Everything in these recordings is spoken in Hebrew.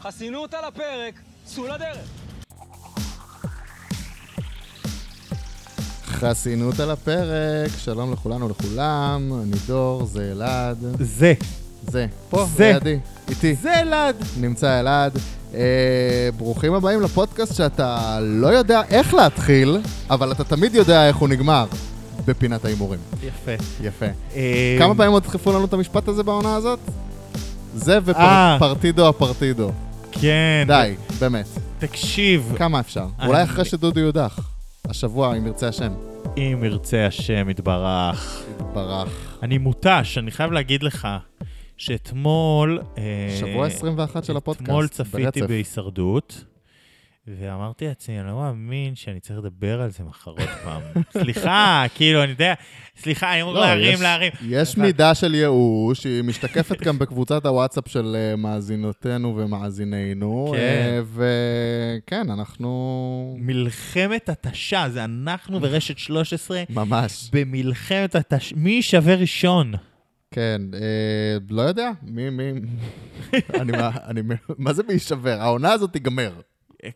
חסינות על הפרק, צאו לדרך. חסינות על הפרק, שלום לכולנו ולכולם, אני דור, זה אלעד, זה. זה, פה, זה. לידי, איתי, זה אלעד. נמצא אלעד. אה, ברוכים הבאים לפודקאסט שאתה לא יודע איך להתחיל, אבל אתה תמיד יודע איך הוא נגמר, בפינת ההימורים. יפה. יפה. אה. כמה פעמים עוד דחפו לנו את המשפט הזה בעונה הזאת? זה אה. ופרטידו הפרטידו. כן. אה. די, באמת. תקשיב, כמה אפשר? אני- אולי אחרי שדודו יודח, השבוע, אם ירצה השם. אם ירצה השם יתברך. ברח. אני מותש, אני חייב להגיד לך שאתמול... אה, שבוע 21 של הפודקאסט, אתמול צפיתי ברצף. לא, בהישרדות, ואמרתי לעצמי, אני לא מאמין שאני צריך לדבר על זה מחר עוד פעם. סליחה, כאילו, אני יודע, סליחה, אני אמור לא, להרים, יש- להרים. יש אבל- מידה של ייאוש, שהיא משתקפת גם בקבוצת הוואטסאפ של אה, מאזינותינו ומאזינינו. כן. וכן, כן, אנחנו... מלחמת התשה, זה אנחנו ורשת 13 ממש. במלחמת התש... מי יישבר ראשון? כן, אה, לא יודע, מי, מי... אני, מה, אני, מה זה בהישבר? העונה הזאת תיגמר.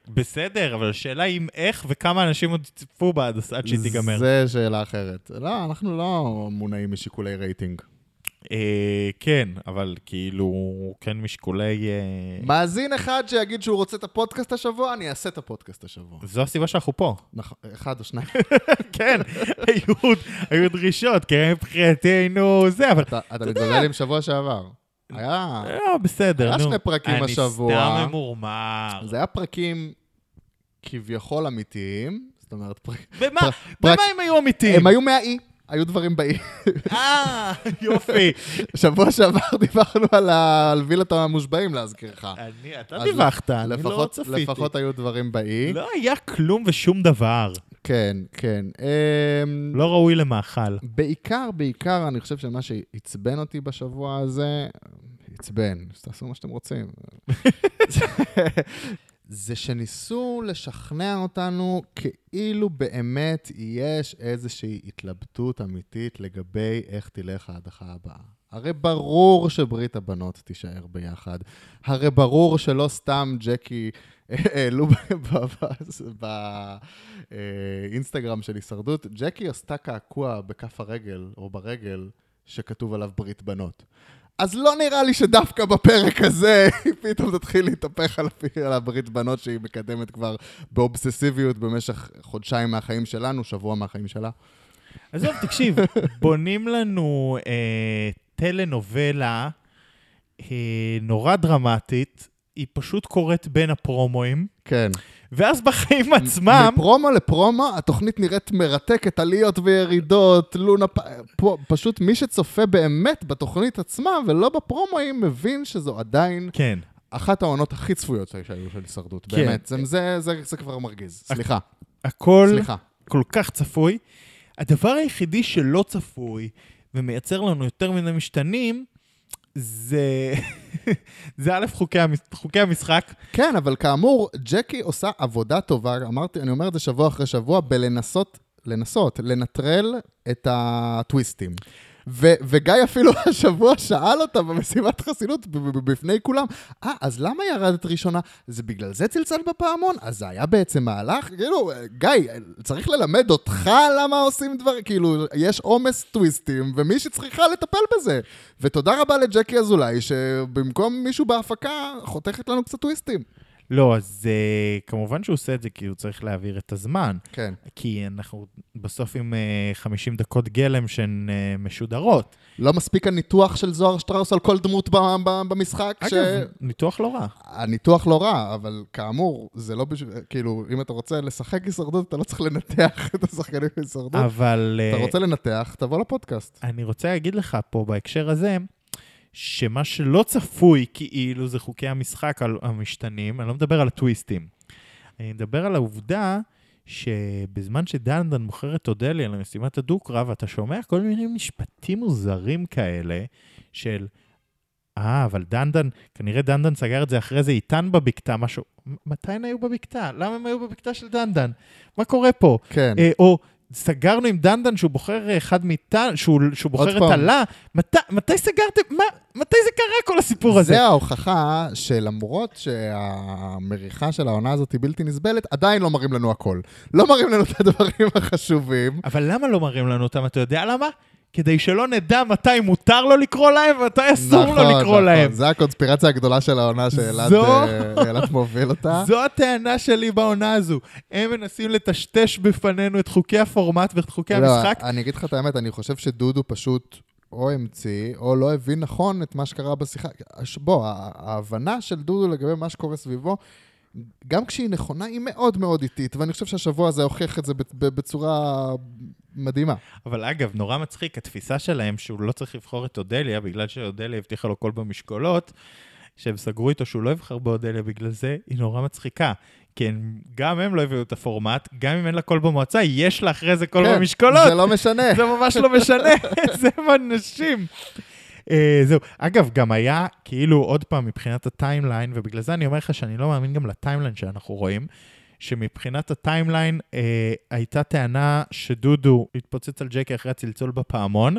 בסדר, אבל השאלה היא איך וכמה אנשים עוד יצפו בה עד עד שהיא תיגמר. זה שאלה אחרת. לא, אנחנו לא מונעים משיקולי רייטינג. אה, כן, אבל כאילו, כן משיקולי... אה, מאזין אחד שיגיד שהוא רוצה את הפודקאסט השבוע, אני אעשה את הפודקאסט השבוע. זו הסיבה שאנחנו פה. נכון, אחד או שניים. כן, היו עוד- היו עוד דרישות, כן, מבחינתנו זה, אבל... אתה אתה מתבלבל עם שבוע שעבר. היה... לא, בסדר, נו. היה שני פרקים השבוע. אני סתם ממורמר. זה היה פרקים כביכול אמיתיים, זאת אומרת, פרק... במה פר- במה פרק- הם היו אמיתיים? הם היו מהאי, היו דברים באי. אה, יופי. שבוע שעבר דיברנו על, ה... על וילת המושבעים, להזכירך. אני, אה, אתה אז דיווחת, אני לא לפחות, צפיתי. לפחות היו דברים באי. לא היה כלום ושום דבר. כן, כן. אמ... לא ראוי למאכל. בעיקר, בעיקר, אני חושב שמה שעצבן אותי בשבוע הזה, עצבן, אז תעשו מה שאתם רוצים. זה שניסו לשכנע אותנו כאילו באמת יש איזושהי התלבטות אמיתית לגבי איך תלך ההדחה הבאה. הרי ברור שברית הבנות תישאר ביחד. הרי ברור שלא סתם ג'קי העלו ב- ב- ב- באינסטגרם של הישרדות, ג'קי עשתה קעקוע בכף הרגל, או ברגל, שכתוב עליו ברית בנות. אז לא נראה לי שדווקא בפרק הזה היא פתאום תתחיל להתהפך על, הפ- על הברית בנות שהיא מקדמת כבר באובססיביות במשך חודשיים מהחיים שלנו, שבוע מהחיים שלה. עזוב, תקשיב, בונים לנו אה, טלנובלה אה, נורא דרמטית, היא פשוט קורית בין הפרומואים, כן. ואז בחיים עצמם, מפרומו לפרומו, התוכנית נראית מרתקת, עליות וירידות, לונה... פ... פה, פשוט מי שצופה באמת בתוכנית עצמה ולא בפרומואים, מבין שזו עדיין כן, אחת העונות הכי צפויות שהיו של הישרדות. כן. באמת, זה, זה, זה, זה כבר מרגיז. סליחה, הכל סליחה. כל כך צפוי. הדבר היחידי שלא צפוי ומייצר לנו יותר מן המשתנים, זה, זה א', חוקי, המש... חוקי המשחק. כן, אבל כאמור, ג'קי עושה עבודה טובה, אמרתי, אני אומר את זה שבוע אחרי שבוע, בלנסות, לנסות, לנטרל את הטוויסטים. ו- וגיא אפילו השבוע שאל אותה במסיבת חסינות ב- ב- בפני כולם, אה, אז למה ירדת ראשונה? זה בגלל זה צלצל בפעמון? אז זה היה בעצם מהלך? כאילו, גיא, צריך ללמד אותך למה עושים דברים, כאילו, יש עומס טוויסטים, ומי שצריכה לטפל בזה. ותודה רבה לג'קי אזולאי, שבמקום מישהו בהפקה, חותכת לנו קצת טוויסטים. לא, אז אה, כמובן שהוא עושה את זה כי הוא צריך להעביר את הזמן. כן. כי אנחנו בסוף עם אה, 50 דקות גלם שהן אה, משודרות. לא מספיק הניתוח של זוהר שטראוס על כל דמות ב- ב- במשחק, אגב, ש... ניתוח לא רע. הניתוח לא רע, אבל כאמור, זה לא בשביל... כאילו, אם אתה רוצה לשחק הישרדות, אתה לא צריך לנתח את השחקנים בהישרדות. אבל אתה אה, רוצה לנתח, תבוא לפודקאסט. אני רוצה להגיד לך פה בהקשר הזה, שמה שלא צפוי כאילו זה חוקי המשחק על- המשתנים, אני לא מדבר על הטוויסטים. אני מדבר על העובדה שבזמן שדנדן מוכר את אודליה למשימת הדו-קרב, אתה שומע כל מיני משפטים מוזרים כאלה של, אה, אבל דנדן, כנראה דנדן סגר את זה אחרי זה איתן בבקתה, משהו. מתי הם היו בבקתה? למה הם היו בבקתה של דנדן? מה קורה פה? כן. אה, או סגרנו עם דנדן שהוא בוחר אה, אחד מאיתנו, שהוא, שהוא עוד בוחר את פעם. הלה. מת, מתי סגרתם? מה, מתי זה קרה כל הסיפור הזה? זה ההוכחה שלמרות שהמריחה של העונה הזאת היא בלתי נסבלת, עדיין לא מראים לנו הכל. לא מראים לנו את הדברים החשובים. אבל למה לא מראים לנו אותם? אתה יודע למה? כדי שלא נדע מתי מותר לו לקרוא להם ומתי אסור לו לקרוא להם. נכון, זה הקונספירציה הגדולה של העונה שאלעד זו- אה, אלעד מוביל אותה. זו הטענה שלי בעונה הזו. הם מנסים לטשטש בפנינו את חוקי הפורמט ואת חוקי לא, המשחק. אני אגיד לך את האמת, אני חושב שדודו פשוט או המציא, או לא הבין נכון את מה שקרה בשיחה. הש- בוא, ה- ההבנה של דודו לגבי מה שקורה סביבו, גם כשהיא נכונה, היא מאוד מאוד איטית, ואני חושב שהשבוע הזה הוכיח את זה ב- ב- בצורה מדהימה. אבל אגב, נורא מצחיק, התפיסה שלהם שהוא לא צריך לבחור את אודליה, בגלל שאודליה הבטיחה לו קול במשקולות, שהם סגרו איתו שהוא לא יבחר באודליה בגלל זה, היא נורא מצחיקה. כי הם, גם הם לא הביאו את הפורמט, גם אם אין לה קול במועצה, יש לה אחרי זה קול כן, במשקולות. זה לא משנה. זה ממש לא משנה, זה אנשים. Uh, זהו. אגב, גם היה, כאילו, עוד פעם, מבחינת הטיימליין, ובגלל זה אני אומר לך שאני לא מאמין גם לטיימליין שאנחנו רואים, שמבחינת הטיימליין uh, הייתה טענה שדודו התפוצץ על ג'קי אחרי הצלצול בפעמון,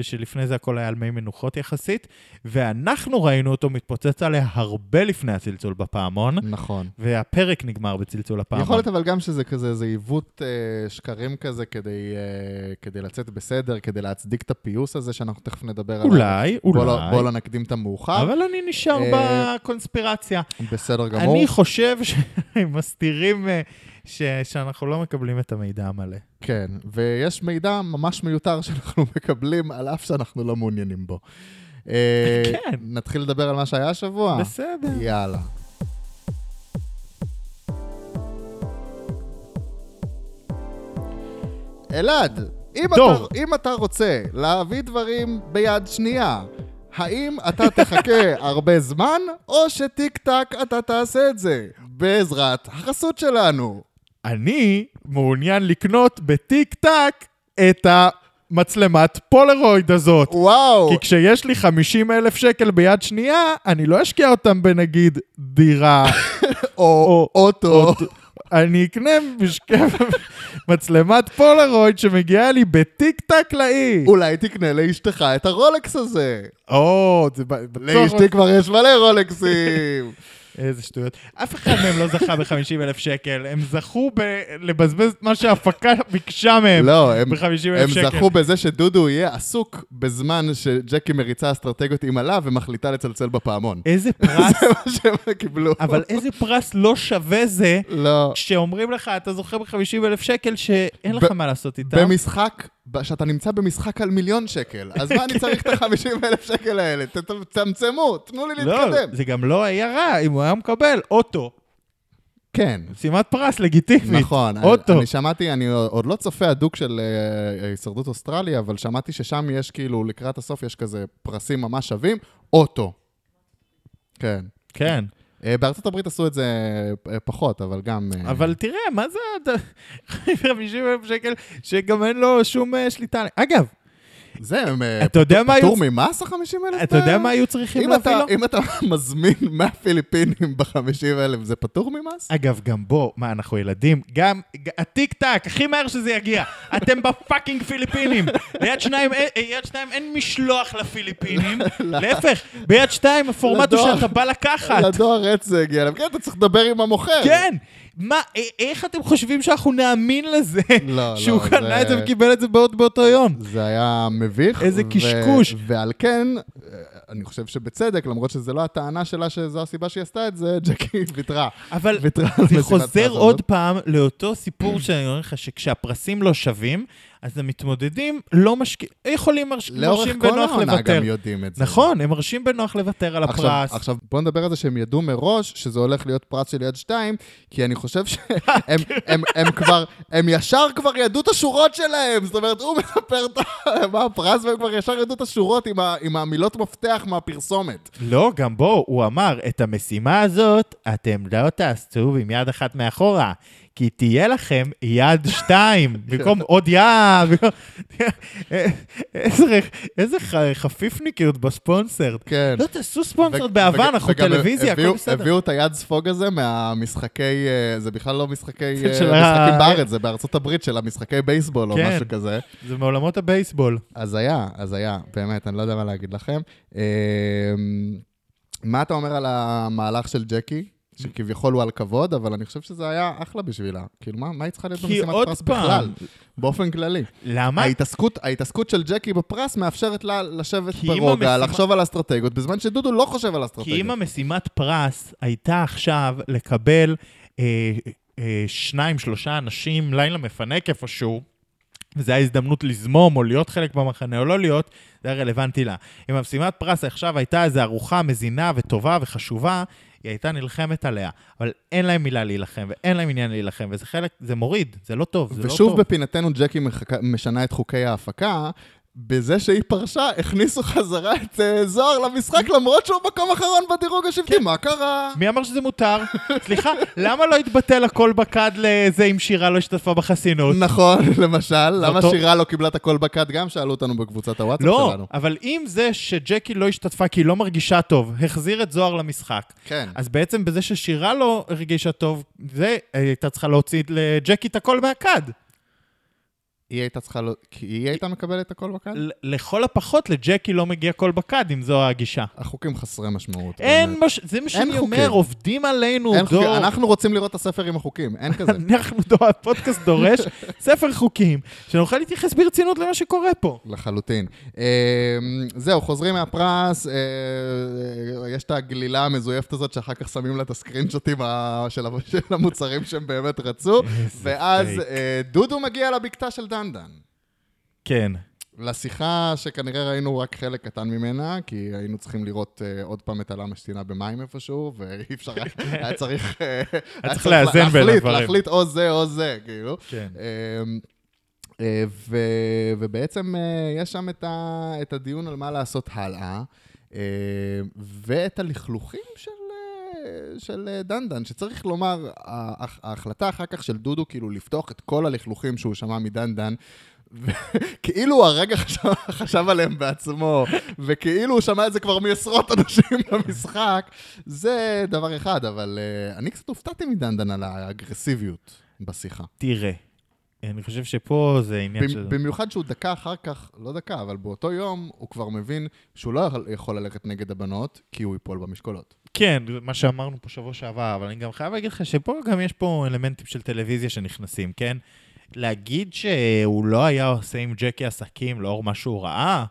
ושלפני זה הכל היה על מי מנוחות יחסית, ואנחנו ראינו אותו מתפוצץ עליה הרבה לפני הצלצול בפעמון, נכון. והפרק נגמר בצלצול הפעמון. יכול להיות אבל גם שזה כזה, זה עיוות אה, שקרים כזה כדי, אה, כדי לצאת בסדר, כדי להצדיק את הפיוס הזה שאנחנו תכף נדבר עליו. אולי, בוא לא- אולי. בוא לא נקדים את המאוחר. אבל אני נשאר אה, בקונספירציה. בסדר גמור. אני חושב שהם מסתירים אה, ש... שאנחנו לא מקבלים את המידע המלא. כן, ויש מידע ממש מיותר שאנחנו מקבלים, על אף שאנחנו לא מעוניינים בו. אה, כן. נתחיל לדבר על מה שהיה השבוע? בסדר. יאללה. אלעד, אם דור. אתה, אם אתה רוצה להביא דברים ביד שנייה, האם אתה תחכה הרבה זמן, או שטיק טק אתה תעשה את זה? בעזרת החסות שלנו. אני מעוניין לקנות בטיק טק את המצלמת פולרויד הזאת. וואו. כי כשיש לי 50 אלף שקל ביד שנייה, אני לא אשקיע אותם בנגיד דירה. או אוטו. אני אקנה משקף מצלמת פולרויד שמגיעה לי בטיק טק לאי. אולי תקנה לאשתך את הרולקס הזה. או, זה ב- בטוח... לאשתי כבר יש מלא רולקסים. איזה שטויות. אף אחד מהם לא זכה ב-50 אלף שקל, הם זכו ב- לבזבז את מה שההפקה ביקשה מהם. לא, הם, ב-50,000 הם שקל. זכו בזה שדודו יהיה עסוק בזמן שג'קי מריצה אסטרטגיות עם עלה ומחליטה לצלצל בפעמון. איזה פרס, זה מה שהם קיבלו. אה, אבל איזה פרס לא שווה זה, לא. כשאומרים לך, אתה זוכה ב-50 אלף שקל שאין לך ב- מה לעשות איתם. במשחק, ב- שאתה נמצא במשחק על מיליון שקל, אז מה אני צריך את ה-50 אלף שקל האלה? ת- תצמצמו, תנו לי לא, להתקדם. זה גם לא היה רע, אם הוא היה מקבל אוטו. כן. משימת פרס לגיטימית. נכון, אוטו. אני, אני שמעתי, אני עוד לא צופה הדוק של אה, הישרדות אוסטרליה, אבל שמעתי ששם יש כאילו, לקראת הסוף יש כזה פרסים ממש שווים, אוטו. כן. כן. אה, בארצות הברית עשו את זה אה, פחות, אבל גם... אה, אבל תראה, מה זה עד 50 אלף שקל שגם אין לו שום אה, שליטה? עלי- אגב, זה, הם... אה, אתה יודע מה היו- פטור ממס ה-50 אלף? אה? אתה יודע מה היו צריכים אם להביא אתה, לו? אם אתה מזמין מהפיליפינים ב-50 אלף, זה פטור ממס? אגב, גם בו, מה, אנחנו ילדים? גם, ג- הטיק טק, הכי מהר שזה יגיע. אתם בפאקינג פיליפינים. ליד שניים, אה, אה, יד שניים אין משלוח לפיליפינים. לא. להפך, ביד שתיים הפורמט הוא לדואר. שאתה בא לקחת. לדואר עץ זה הגיע להם. כן, אתה צריך לדבר עם המוכר. כן. מה, א- איך אתם חושבים שאנחנו נאמין לזה? לא, לא, שהוא קנה זה- את זה וקיבל את זה בעוד באותו יום. זה היה מביך. איזה קשקוש. ועל כן, אה, אני חושב שבצדק, למרות שזו לא הטענה שלה שזו הסיבה שהיא עשתה את זה, ג'קי ויתרה. אבל ויתרה על זה משימת פרס חוזר הזאת. עוד פעם לאותו סיפור שאני אומר לך, שכשהפרסים לא שווים, אז המתמודדים לא משקיעים, יכולים מרש- לאורך מרשים כל בנוח העונה לוותר. גם יודעים את זה. נכון, הם מרשים בנוח לוותר על עכשיו, הפרס. עכשיו, בוא נדבר על זה שהם ידעו מראש שזה הולך להיות פרס של יד שתיים, כי אני חושב אה, שהם הם, כן. הם, הם כבר, הם ישר כבר ידעו את השורות שלהם. זאת אומרת, הוא מספר את ה- מה הפרס, והם כבר ישר ידעו את השורות עם, ה, עם המילות מפתח מהפרסומת. לא, גם בו, הוא אמר, את המשימה הזאת אתם לא תעשו עם יד אחת מאחורה, כי תהיה לכם יד שתיים, במקום עוד יד. במקום- איזה- איזה ח- חפיפניקיות בספונסרד. כן. לא תעשו ספונסרד ו- באהבה, וג- אנחנו וגם טלוויזיה, הכל הביאו- בסדר. הביאו את היד ספוג הזה מהמשחקי, אה, זה בכלל לא משחקי, אה, כן, של ה- משחקים בארץ, זה בארצות הברית של המשחקי בייסבול או כן. משהו כזה. זה מעולמות הבייסבול. אז היה, אז היה, באמת, אני לא יודע מה להגיד לכם. אה, מה אתה אומר על המהלך של ג'קי? שכביכול הוא על כבוד, אבל אני חושב שזה היה אחלה בשבילה. כאילו, מה, מה היא צריכה להיות כי במשימת עוד פרס פעם- בכלל? באופן כללי. למה? ההתעסקות, ההתעסקות של ג'קי בפרס מאפשרת לה לשבת כי אם ברוגע, המשימה- לחשוב על אסטרטגיות, בזמן שדודו לא חושב על כי אם אסטרטגיות. המשימת פרס הייתה עכשיו לקבל אה, אה, שניים, שלושה אנשים לילה מפנק איפשהו, וזו הייתה הזדמנות לזמום או להיות חלק במחנה או לא להיות, זה היה רלוונטי לה. אם המשימת פרס עכשיו הייתה איזו ארוחה מזינה וטובה וחשובה, היא הייתה נלחמת עליה. אבל אין להם מילה להילחם ואין להם עניין להילחם, וזה חלק, זה מוריד, זה לא טוב, זה לא ושוב טוב. בפינתנו ג'קי מחכה- משנה את חוקי ההפקה. בזה שהיא פרשה, הכניסו חזרה את אה, זוהר למשחק, למרות שהוא מקום אחרון בדירוג כן. השבטי, מה קרה? מי אמר שזה מותר? סליחה, למה לא התבטל הכל בקד לזה אם שירה לא השתתפה בחסינות? נכון, למשל, למה אותו- שירה לא קיבלה את הקול בקאט? גם שאלו אותנו בקבוצת הוואטסאפ לא, שלנו. אבל אם זה שג'קי לא השתתפה כי היא לא מרגישה טוב, החזיר את זוהר למשחק, כן. אז בעצם בזה ששירה לא הרגישה טוב, זה אה, הייתה צריכה להוציא לג'קי את הכל מהכד. היא הייתה צריכה... לא- כי היא הייתה מקבלת את הקול בקאט? ל- לכל הפחות לג'קי לא מגיע קול בקד, אם זו הגישה. החוקים חסרי משמעות. אין באמת. מה ש... זה מה שאני אומר, חוקים. עובדים עלינו, אין חוקים. דור. אנחנו רוצים לראות את הספר עם החוקים, אין כזה. אנחנו, דור, הפודקאסט דורש ספר חוקים, שנוכל להתייחס ברצינות למה שקורה פה. לחלוטין. אה, זהו, חוזרים מהפרס, אה, אה, יש את הגלילה המזויפת הזאת שאחר כך שמים לה את הסקרינשוטים ה- של ה- של המוצרים שהם באמת רצו, איזה ואז פייק. אה, דודו מגיע לבקתה של דנדן. כן. לשיחה שכנראה ראינו רק חלק קטן ממנה, כי היינו צריכים לראות אה, עוד פעם את הלה משתינה במים איפשהו, ואי אפשר, היה- היה צריך... אה, היה כן. צריך לאזן בין להחליט, הדברים. להחליט או זה או זה, כאילו. כן. אמ, אה, ו, ובעצם אה, יש שם את, ה, את הדיון על מה לעשות הלאה, אה, ואת הלכלוכים של, אה, של אה, דנדן, שצריך לומר, ה- הח- ההחלטה אחר כך של דודו, כאילו לפתוח את כל הלכלוכים שהוא שמע מדנדן, כאילו הוא הרגע חשב, חשב עליהם בעצמו, וכאילו הוא שמע את זה כבר מעשרות אנשים במשחק, זה דבר אחד, אבל אה, אני קצת הופתעתי מדנדן על האגרסיביות בשיחה. תראה, אני חושב שפה זה עניין של... במ- במיוחד שהוא דקה אחר כך, לא דקה, אבל באותו יום, הוא כבר מבין שהוא לא יכול- יכול ללכת נגד הבנות, כי הוא ייפול במשקולות. כן, מה שאמרנו פה שבוע שעבר, אבל אני גם חייב להגיד לך שפה גם יש פה אלמנטים של טלוויזיה שנכנסים, כן? להגיד שהוא לא היה עושה עם ג'קי עסקים לאור מה שהוא ראה,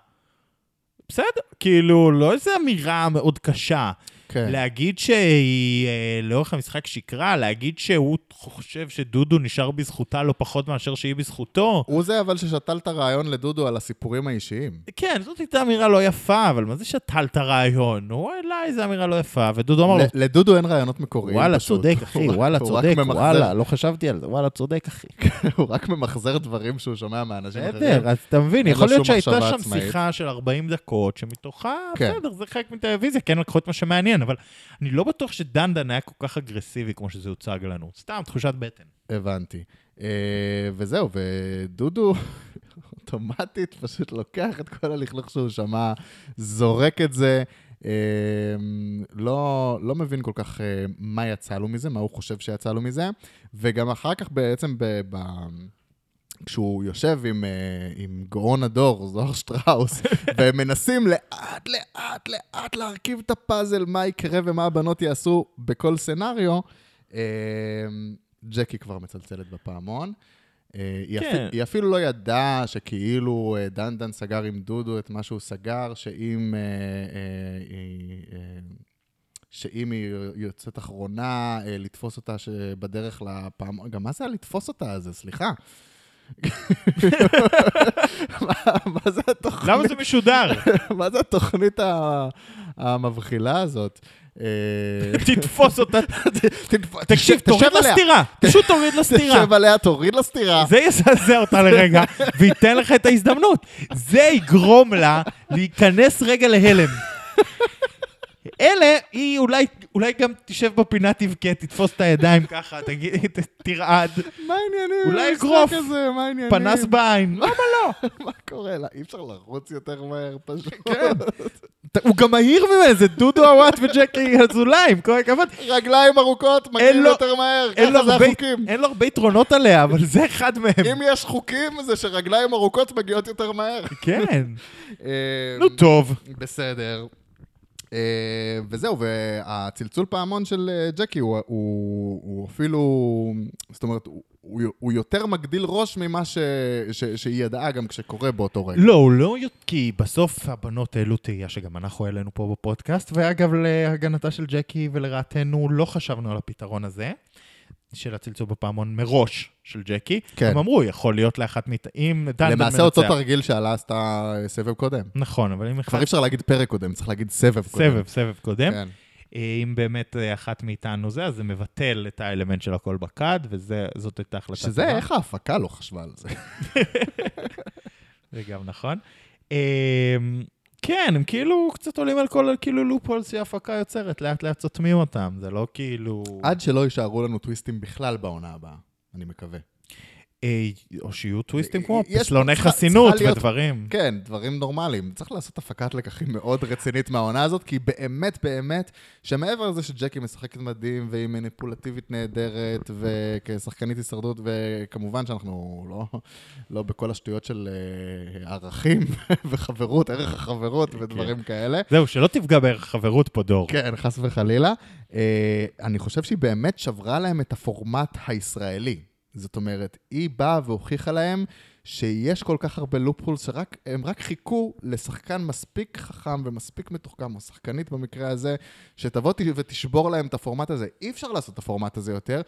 בסדר, כאילו, לא איזו אמירה מאוד קשה. כן. להגיד שהיא אה, לאורך המשחק שיקרה, להגיד שהוא חושב שדודו נשאר בזכותה לא פחות מאשר שהיא בזכותו, הוא זה אבל ששתל את הרעיון לדודו על הסיפורים האישיים. כן, זאת הייתה אמירה לא יפה, אבל מה זה שתל את הרעיון? הוא העלה איזו אמירה לא יפה, ודודו אמר לו, ל- לדודו אין רעיונות מקוריים. וואלה, פשוט. צודק, אחי, הוא רק- וואלה, הוא רק צודק, ממחזר- וואלה, לא חשבתי על זה, וואלה, צודק, אחי. הוא רק ממחזר דברים שהוא שומע מאנשים אחרים. בסדר, אז אתה מבין, כן, אין לו יכול להיות שום שהייתה מחשבה שם עצמאית. שיחה של 40 דקות, שמתוכה, כן. בסדר, זה חלק מטלוויזיה, כן לקחו את מה שמעניין, אבל אני לא בטוח שדנדן היה כל כך אגרסיבי כמו שזה הוצג לנו. סתם, תחושת בטן. הבנתי. אה, וזהו, ודודו אוטומטית פשוט לוקח את כל הלכלוך שהוא שמע, זורק את זה. אה, לא, לא מבין כל כך אה, מה יצא לו מזה, מה הוא חושב שיצא לו מזה, וגם אחר כך בעצם ב... ב... כשהוא יושב עם, אה, עם גאון הדור, זוהר שטראוס, והם מנסים לאט, לאט, לאט להרכיב את הפאזל, מה יקרה ומה הבנות יעשו בכל סנאריו, אה, ג'קי כבר מצלצלת בפעמון. אה, היא, כן. אפילו, היא אפילו לא ידעה שכאילו אה, דנדן סגר עם דודו את מה שהוא סגר, שאם, אה, אה, היא, אה, שאם היא יוצאת אחרונה, אה, לתפוס אותה ש- בדרך לפעמון. גם מה זה הלתפוס אותה הזה? סליחה. מה- מה זה התוכנית? למה זה משודר? מה זה התוכנית ה- המבחילה הזאת? אה, תתפוס אותה. תדפ- תקשיב, תשב- תשב תוריד לה עליה. סטירה. פשוט תוריד לה סטירה. תשב עליה, תוריד לה סטירה. זה יזעזע אותה לרגע, וייתן לך את ההזדמנות. זה יגרום לה להיכנס רגע להלם. אלה, היא אולי, אולי גם תשב בפינה, תבכה, תתפוס את הידיים ככה, תגיד, ת- תרעד, מה העניינים? אולי המשחק אגרוף. הזה, מה העניינים? פנס בעין. למה לא? מה קורה לה? אי אפשר לרוץ יותר מהר פשוט. כן. ת- הוא גם מהיר ממנו, זה דודו אוואט וג'קי אזולאי, עם כל הכבוד. רגליים ארוכות, אין מגיעים לו- יותר מהר, אין לו ככה זה הרבה- החוקים. אין לו הרבה יתרונות עליה, אבל זה אחד אם מהם. יש חוקים, זה שרגליים ארוכות מגיעות יותר מהר. כן. אה, נו, טוב. בסדר. אה, וזהו, והצלצול פעמון של אה, ג'קי הוא, הוא, הוא אפילו, זאת אומרת, הוא, הוא, הוא יותר מגדיל ראש ממה ש, ש, שהיא ידעה גם כשקורה באותו רגע. לא, הוא לא... יות- כי בסוף הבנות העלו תהייה שגם אנחנו העלינו פה בפודקאסט, ואגב, להגנתה של ג'קי ולרעתנו, לא חשבנו על הפתרון הזה, של הצלצול בפעמון מראש של ג'קי. כן. הם אמרו, יכול להיות לאחת מאיתנו, אם דנדן מנצח. למעשה אותו תרגיל שעלה עשתה סבב קודם. נכון, אבל אם כבר אחד... אי אפשר להגיד פרק קודם, צריך להגיד סבב קודם. סבב, סבב קודם. כן. אה, אם באמת אה, אחת מאיתנו זה, אז זה מבטל את האלמנט של הכל בקד, וזאת הייתה החלטה שזה, טובה. איך ההפקה לא חשבה על זה? זה גם נכון. אמ, כן, הם כאילו קצת עולים על כל כאילו לופולס שההפקה יוצרת, לאט לאט סותמים אותם, זה לא כאילו... עד שלא יישארו לנו טוויסטים בכלל בעונה הבאה, אני מקווה. אה, או שיהיו טוויסטים כמו יש- פסלוני צריכה- חסינות צריכה להיות- ודברים. כן, דברים נורמליים. צריך לעשות הפקת לקחים מאוד רצינית מהעונה הזאת, כי באמת, באמת, שמעבר לזה שג'קי משחקת מדהים, והיא מניפולטיבית נהדרת, וכשחקנית הישרדות, וכמובן שאנחנו לא, לא בכל השטויות של אה, ערכים וחברות, ערך החברות ודברים כאלה. זהו, שלא תפגע בערך חברות פה דור. כן, חס וחלילה. אה, אני חושב שהיא באמת שברה להם את הפורמט הישראלי. זאת אומרת, היא באה והוכיחה להם שיש כל כך הרבה לופולס, שרק, הם רק חיכו לשחקן מספיק חכם ומספיק מתוחכם, או שחקנית במקרה הזה, שתבוא ת- ותשבור להם את הפורמט הזה. אי אפשר לעשות את הפורמט הזה יותר.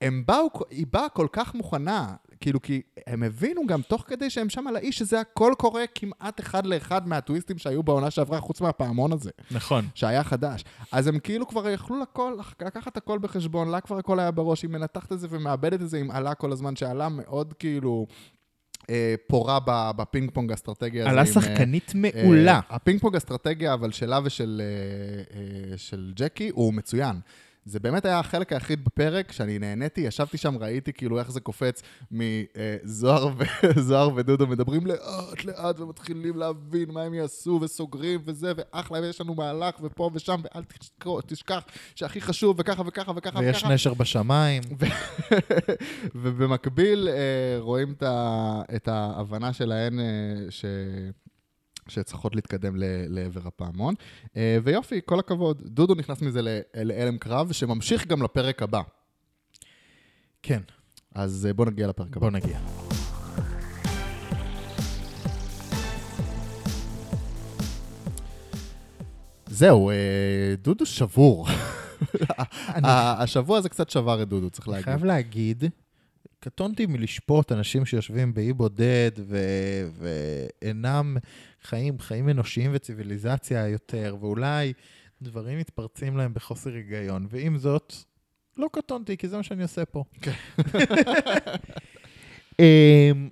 הם באו, היא באה כל כך מוכנה, כאילו, כי הם הבינו גם תוך כדי שהם שם על האיש, שזה הכל קורה כמעט אחד לאחד מהטוויסטים שהיו בעונה שעברה, חוץ מהפעמון הזה. נכון. שהיה חדש. אז הם כאילו כבר יכלו לכל, לקחת הכל בחשבון, לה כבר הכל היה בראש, היא מנתחת את זה ומאבדת את זה עם עלה כל הזמן, שעלה מאוד כאילו אה, פורה ב- בפינג פונג האסטרטגיה הזה. עלה עם, אה, שחקנית מעולה. אה, הפינג פונג אסטרטגיה, אבל שלה ושל אה, אה, של ג'קי, הוא מצוין. זה באמת היה החלק היחיד בפרק שאני נהניתי, ישבתי שם, ראיתי כאילו איך זה קופץ מזוהר ו- זוהר ודודו מדברים לאט לאט ומתחילים להבין מה הם יעשו וסוגרים וזה, ואחלה, ויש לנו מהלך ופה ושם, ואל תשכח, תשכח שהכי חשוב וככה וככה וככה ויש וככה. נשר בשמיים. ובמקביל אה, רואים את, ה, את ההבנה שלהן אה, ש, שצריכות להתקדם ל, לעבר הפעמון. אה, ויופי, כל הכבוד. דודו נכנס מזה ל- להלם קרב, שממשיך גם לפרק הבא. כן, אז אה, בואו נגיע לפרק הבא. בוא נגיע. זהו, אה, דודו שבור. ה- השבוע הזה קצת שבר את דודו, צריך אני להגיד. חייב להגיד, קטונתי מלשפוט אנשים שיושבים באי בודד ו- ואינם חיים, חיים אנושיים וציוויליזציה יותר, ואולי דברים מתפרצים להם בחוסר היגיון. ועם זאת, לא קטונתי, כי זה מה שאני עושה פה. כן. אמ,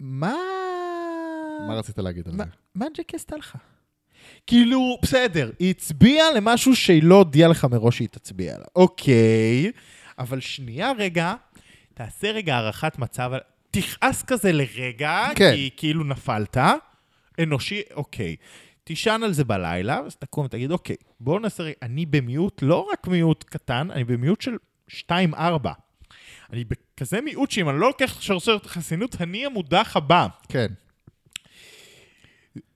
מה... מה רצית להגיד על זה? מה- מה ג'קי עשתה לך? כאילו, בסדר, היא הצביעה למשהו שהיא לא הודיעה לך מראש שהיא תצביע עליו. אוקיי, אבל שנייה רגע, תעשה רגע הערכת מצב, על- תכעס כזה לרגע, כן. כי כאילו נפלת, אנושי, אוקיי. תישן על זה בלילה, אז תקום ותגיד, אוקיי, בואו נעשה רגע, אני במיעוט, לא רק מיעוט קטן, אני במיעוט של 2-4. אני בכזה מיעוט שאם אני לא לוקח את שרשרת החסינות, אני המודח הבא. כן.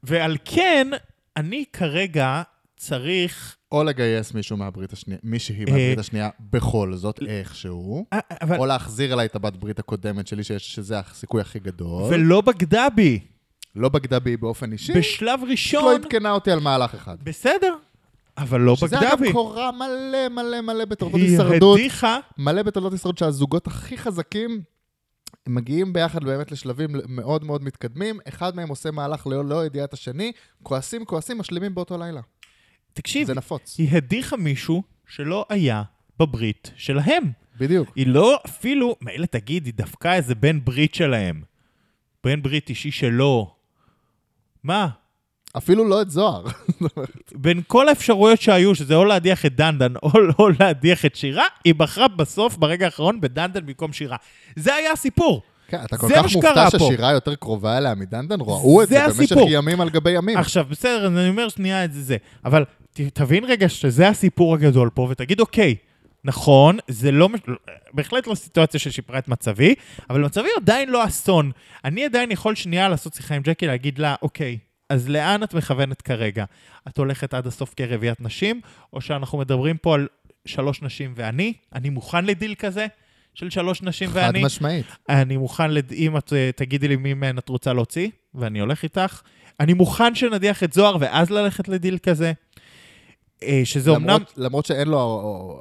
ועל כן, אני כרגע צריך... או לגייס מישהו מהברית השנייה, מישהי מהברית השנייה, בכל זאת, איכשהו. אה, אבל... או להחזיר אליי את הבת ברית הקודמת שלי, שיש, שזה הסיכוי הכי גדול. ולא בגדה בי. לא בגדה בי באופן אישי, בשלב לא ראשון... עדכנה אותי על מהלך אחד. בסדר, אבל לא שזה בגדה אגב בי. קורה מלא מלא מלא בתולדות היא הישרדות, הדיחה... מלא בתולדות הישרדות שהזוגות הכי חזקים הם מגיעים ביחד באמת לשלבים מאוד מאוד מתקדמים, אחד מהם עושה מהלך ללא לא ידיעת השני, כועסים כועסים, משלימים באותו לילה. תקשיב, זה נכון. נפוץ. היא הדיחה מישהו שלא היה בברית שלהם. בדיוק. היא לא אפילו, מילא תגיד, היא דפקה איזה בן ברית שלהם. בן ברית אישי שלו. מה? אפילו לא את זוהר. בין כל האפשרויות שהיו, שזה או להדיח את דנדן או לא להדיח את שירה, היא בחרה בסוף, ברגע האחרון, בדנדן במקום שירה. זה היה הסיפור. כן, אתה כל זה כך מה שקרה מופתע פה. ששירה יותר קרובה אליה מדנדן? ראו את זה זה במשך הסיפור. ימים על גבי ימים. עכשיו, בסדר, אז אני אומר שנייה את זה, זה. אבל ת, תבין רגע שזה הסיפור הגדול פה, ותגיד, אוקיי, נכון, זה לא... מש- בהחלט לא סיטואציה ששיפרה את מצבי, אבל מצבי עדיין לא אסון. אני עדיין יכול שנייה לעשות שיחה עם ג'קי, להגיד לה, אוקיי, אז לאן את מכוונת כרגע? את הולכת עד הסוף כרביית נשים, או שאנחנו מדברים פה על שלוש נשים ואני? אני מוכן לדיל כזה? של שלוש נשים חד ואני? משמעית. אני מוכן, לד... אם את אה, תגידי לי מי מהן את רוצה להוציא, ואני הולך איתך, אני מוכן שנדיח את זוהר ואז ללכת לדיל כזה. אה, שזה אומנם... למרות- למרות שאין לו או-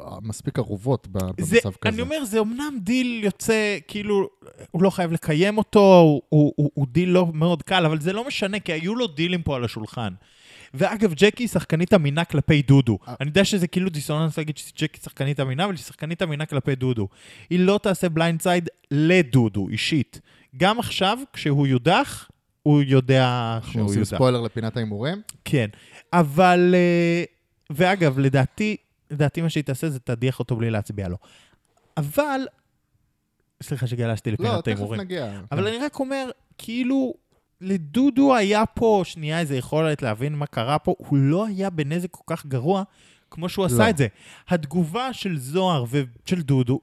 או- מספיק ערובות ב- זה, במצב אני כזה. אומר, זה אומנם דיל יוצא, כאילו, הוא לא חייב לקיים אותו, הוא, הוא, הוא, הוא דיל לא מאוד קל, אבל זה לא משנה, כי היו לו דילים פה על השולחן. ואגב, ג'קי היא שחקנית אמינה כלפי דודו. אה. אני יודע שזה כאילו דיסוננס להגיד שג'קי שחקנית אמינה, אבל היא שחקנית אמינה כלפי דודו. היא לא תעשה בליינד סייד לדודו, אישית. גם עכשיו, כשהוא יודח, הוא יודע אנחנו שהוא עושים יודח. ספוילר לפינת ההימורים. כן, אבל... אה, ואגב, לדעתי, לדעתי מה שהיא תעשה זה תדיח אותו בלי להצביע לו. אבל... סליחה שגלשתי לא, לפינת תכף ההימורים. נגיע. אבל אני רק אומר, כאילו, לדודו היה פה שנייה איזו יכולת להבין מה קרה פה, הוא לא היה בנזק כל כך גרוע כמו שהוא לא. עשה את זה. התגובה של זוהר ושל דודו,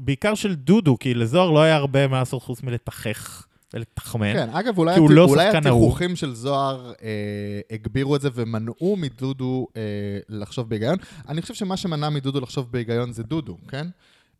בעיקר של דודו, כי לזוהר לא היה הרבה מה לעשות חוץ מלתחך ולתחמן. כן, אגב, אולי כי הוא הת- לא אולי שחקן אהוב. התיכוכים של זוהר אה, הגבירו את זה ומנעו מדודו אה, לחשוב בהיגיון. אני חושב שמה שמנע מדודו לחשוב בהיגיון זה דודו, כן?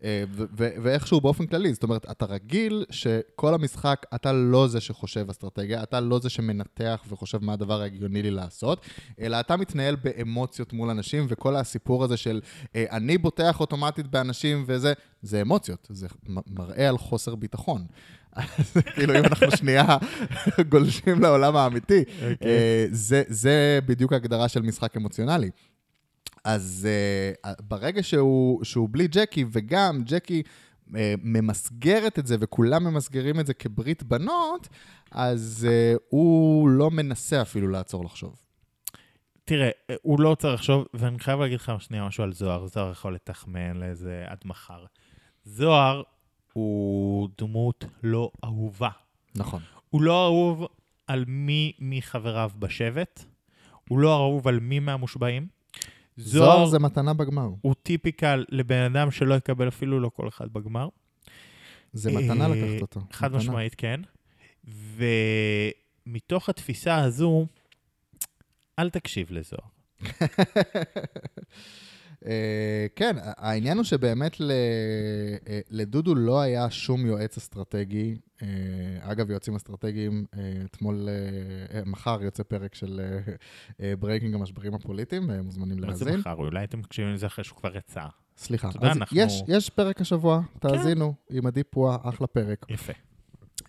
אה, ו- ו- ואיכשהו באופן כללי, זאת אומרת, אתה רגיל שכל המשחק, אתה לא זה שחושב אסטרטגיה, אתה לא זה שמנתח וחושב מה הדבר ההגיוני לי לעשות, אלא אתה מתנהל באמוציות מול אנשים, וכל הסיפור הזה של אה, אני בוטח אוטומטית באנשים וזה, זה אמוציות, זה מ- מראה על חוסר ביטחון. אז כאילו, אם אנחנו שנייה גולשים לעולם האמיתי, אה, זה- זה בדיוק ההגדרה של משחק אמוציונלי. אז uh, ברגע שהוא, שהוא בלי ג'קי, וגם ג'קי uh, ממסגרת את זה, וכולם ממסגרים את זה כברית בנות, אז uh, הוא לא מנסה אפילו לעצור לחשוב. תראה, הוא לא צריך לחשוב, ואני חייב להגיד לך שנייה משהו על זוהר. זוהר יכול לתחמן לאיזה עד מחר. זוהר הוא דמות לא אהובה. נכון. הוא לא אהוב על מי מחבריו בשבט, הוא לא אהוב על מי מהמושבעים. זוהר, זוהר זה מתנה בגמר. הוא טיפיקל לבן אדם שלא יקבל אפילו לא כל אחד בגמר. זה מתנה אה, לקחת אותו. חד מתנה. משמעית כן. ומתוך התפיסה הזו, אל תקשיב לזוהר. אה, כן, ה- העניין הוא שבאמת ל... אה, לדודו לא היה שום יועץ אסטרטגי. אה, אגב, יועצים אסטרטגיים, אה, אתמול, אה, אה, מחר יוצא פרק של אה, אה, ברייקינג המשברים הפוליטיים, אה, מוזמנים מה זה להאזין. מחר? אולי אתם מקשיבים לזה אחרי שהוא כבר יצא. סליחה. אתה יודע, אז אנחנו- כן. יש, יש פרק השבוע, תאזינו, עם עדי פועה, אחלה פרק. יפה.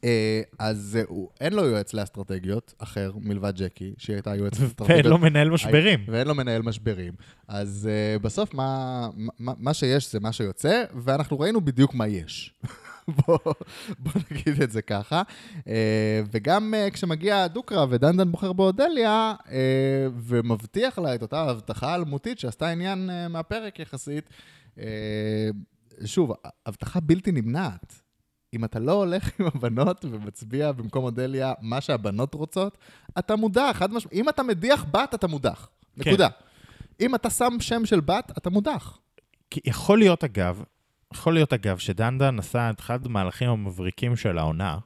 אה, אז אה, הוא- אין לו יועץ לאסטרטגיות אחר מלבד ג'קי, שהיא הייתה יועצת אסטרטגיות. ולא לא מנהל משברים. ואין לו מנהל משברים. אז uh, בסוף מה, מה, מה שיש זה מה שיוצא, ואנחנו ראינו בדיוק מה יש. בוא, בוא נגיד את זה ככה. Uh, וגם uh, כשמגיע דוקרא ודנדן בוחר באודליה, uh, ומבטיח לה את אותה הבטחה אלמותית שעשתה עניין uh, מהפרק יחסית, uh, שוב, הבטחה בלתי נמנעת. אם אתה לא הולך עם הבנות ומצביע במקום אודליה מה שהבנות רוצות, אתה מודח, חד משמעית. אם אתה מדיח בת, אתה מודח. כן. נקודה. אם אתה שם שם של בת, אתה מודח. כי יכול להיות, אגב, יכול להיות, אגב, שדנדן עשה את אחד המהלכים המבריקים של העונה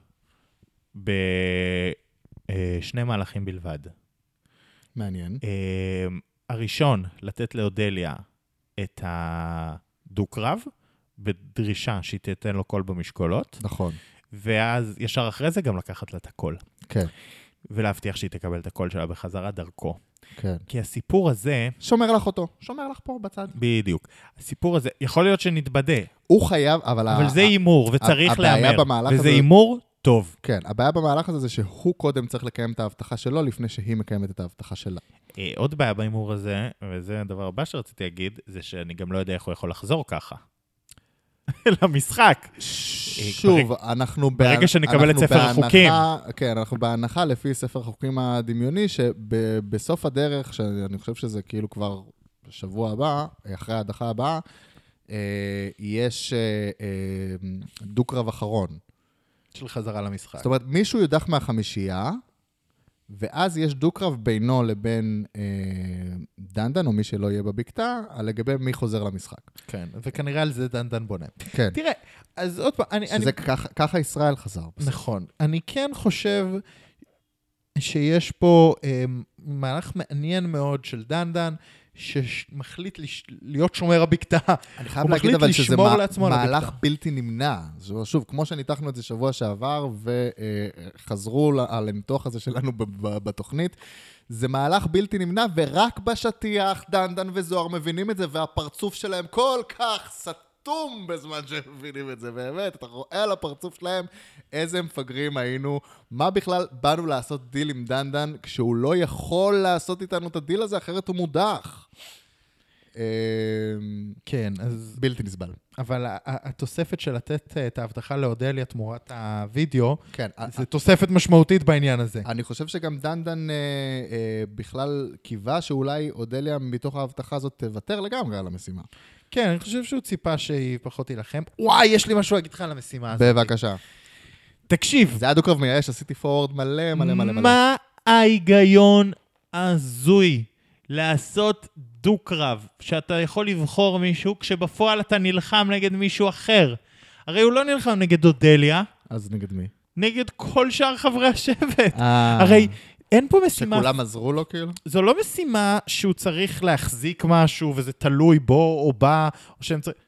בשני מהלכים בלבד. מעניין. אה, הראשון, לתת לאודליה את הדו-קרב, בדרישה שהיא תיתן לו קול במשקולות, נכון. ואז ישר אחרי זה גם לקחת לה את הקול, כן, ולהבטיח שהיא תקבל את הקול שלה בחזרה דרכו. כן. כי הסיפור הזה, שומר לך אותו. שומר לך פה בצד. בדיוק, הסיפור הזה, יכול להיות שנתבדה, הוא חייב, אבל... אבל ה- זה ה- הימור, וצריך הבעיה להמר. במהלך הזה- וזה הימור טוב. כן, הבעיה במהלך הזה זה שהוא קודם צריך לקיים את ההבטחה שלו לפני שהיא מקיימת את ההבטחה שלה. אה, עוד בעיה בהימור הזה, וזה הדבר הבא שרציתי להגיד, זה שאני גם לא יודע איך הוא יכול לחזור ככה. למשחק. שוב, אנחנו... ברגע בהנ- שנקבל את אנחנו ספר בהנחה- החוקים. כן, אנחנו בהנחה לפי ספר החוקים הדמיוני, שבסוף הדרך, שאני חושב שזה כאילו כבר בשבוע הבא, אחרי ההדחה הבאה, אה, יש אה, אה, דו-קרב אחרון. של חזרה למשחק. זאת אומרת, מישהו יודח מהחמישייה, ואז יש דו-קרב בינו לבין אה, דנדן, או מי שלא יהיה בבקתה, על לגבי מי חוזר למשחק. כן, וכנראה על זה דן דן בונה. כן. תראה, אז עוד פעם, אני... אני- שזה ככה- ככה ישראל חזר. בסוף. נכון. אני כן חושב שיש פה אה, מהלך מעניין מאוד של דנדן, שמחליט לש... להיות שומר הבקתה. אני חייב הוא להגיד מחליט אבל שזה לשמור מה- לעצמו על מהלך הבקתה. בלתי נמנע. שוב, שוב, כמו שניתחנו את זה שבוע שעבר, וחזרו על הניתוח הזה שלנו ב- ב- בתוכנית, זה מהלך בלתי נמנע, ורק בשטיח דנדן וזוהר מבינים את זה, והפרצוף שלהם כל כך סתום בזמן שהם מבינים את זה, באמת, אתה רואה על הפרצוף שלהם איזה מפגרים היינו, מה בכלל באנו לעשות דיל עם דנדן, כשהוא לא יכול לעשות איתנו את הדיל הזה, אחרת הוא מודח. אמ, כן, אז... בלתי נסבל. אבל ה- ה- התוספת של לתת אה, את ההבטחה לאודליה תמורת הווידאו, כן, זו תוספת משמעותית בעניין הזה. אני חושב שגם דנדן אה, אה, בכלל קיווה שאולי אודליה מתוך ההבטחה הזאת תוותר לגמרי על המשימה. כן, אני חושב שהוא ציפה שהיא פחות תילחם. וואי, יש לי משהו להגיד לך על המשימה הזאת. בבקשה. תקשיב, זה היה דו-קרב מייאש, עשיתי פורוורד מלא מלא מלא מלא. מה ההיגיון הזוי לעשות דו-קרב, שאתה יכול לבחור מישהו, כשבפועל אתה נלחם נגד מישהו אחר? הרי הוא לא נלחם נגד אודליה, אז נגד מי? נגד כל שאר חברי השבט. הרי אין פה משימה אה. שכולם עזרו לו כאילו? זו לא משימה שהוא צריך להחזיק משהו וזה תלוי בו או בה, או שהם צריכים...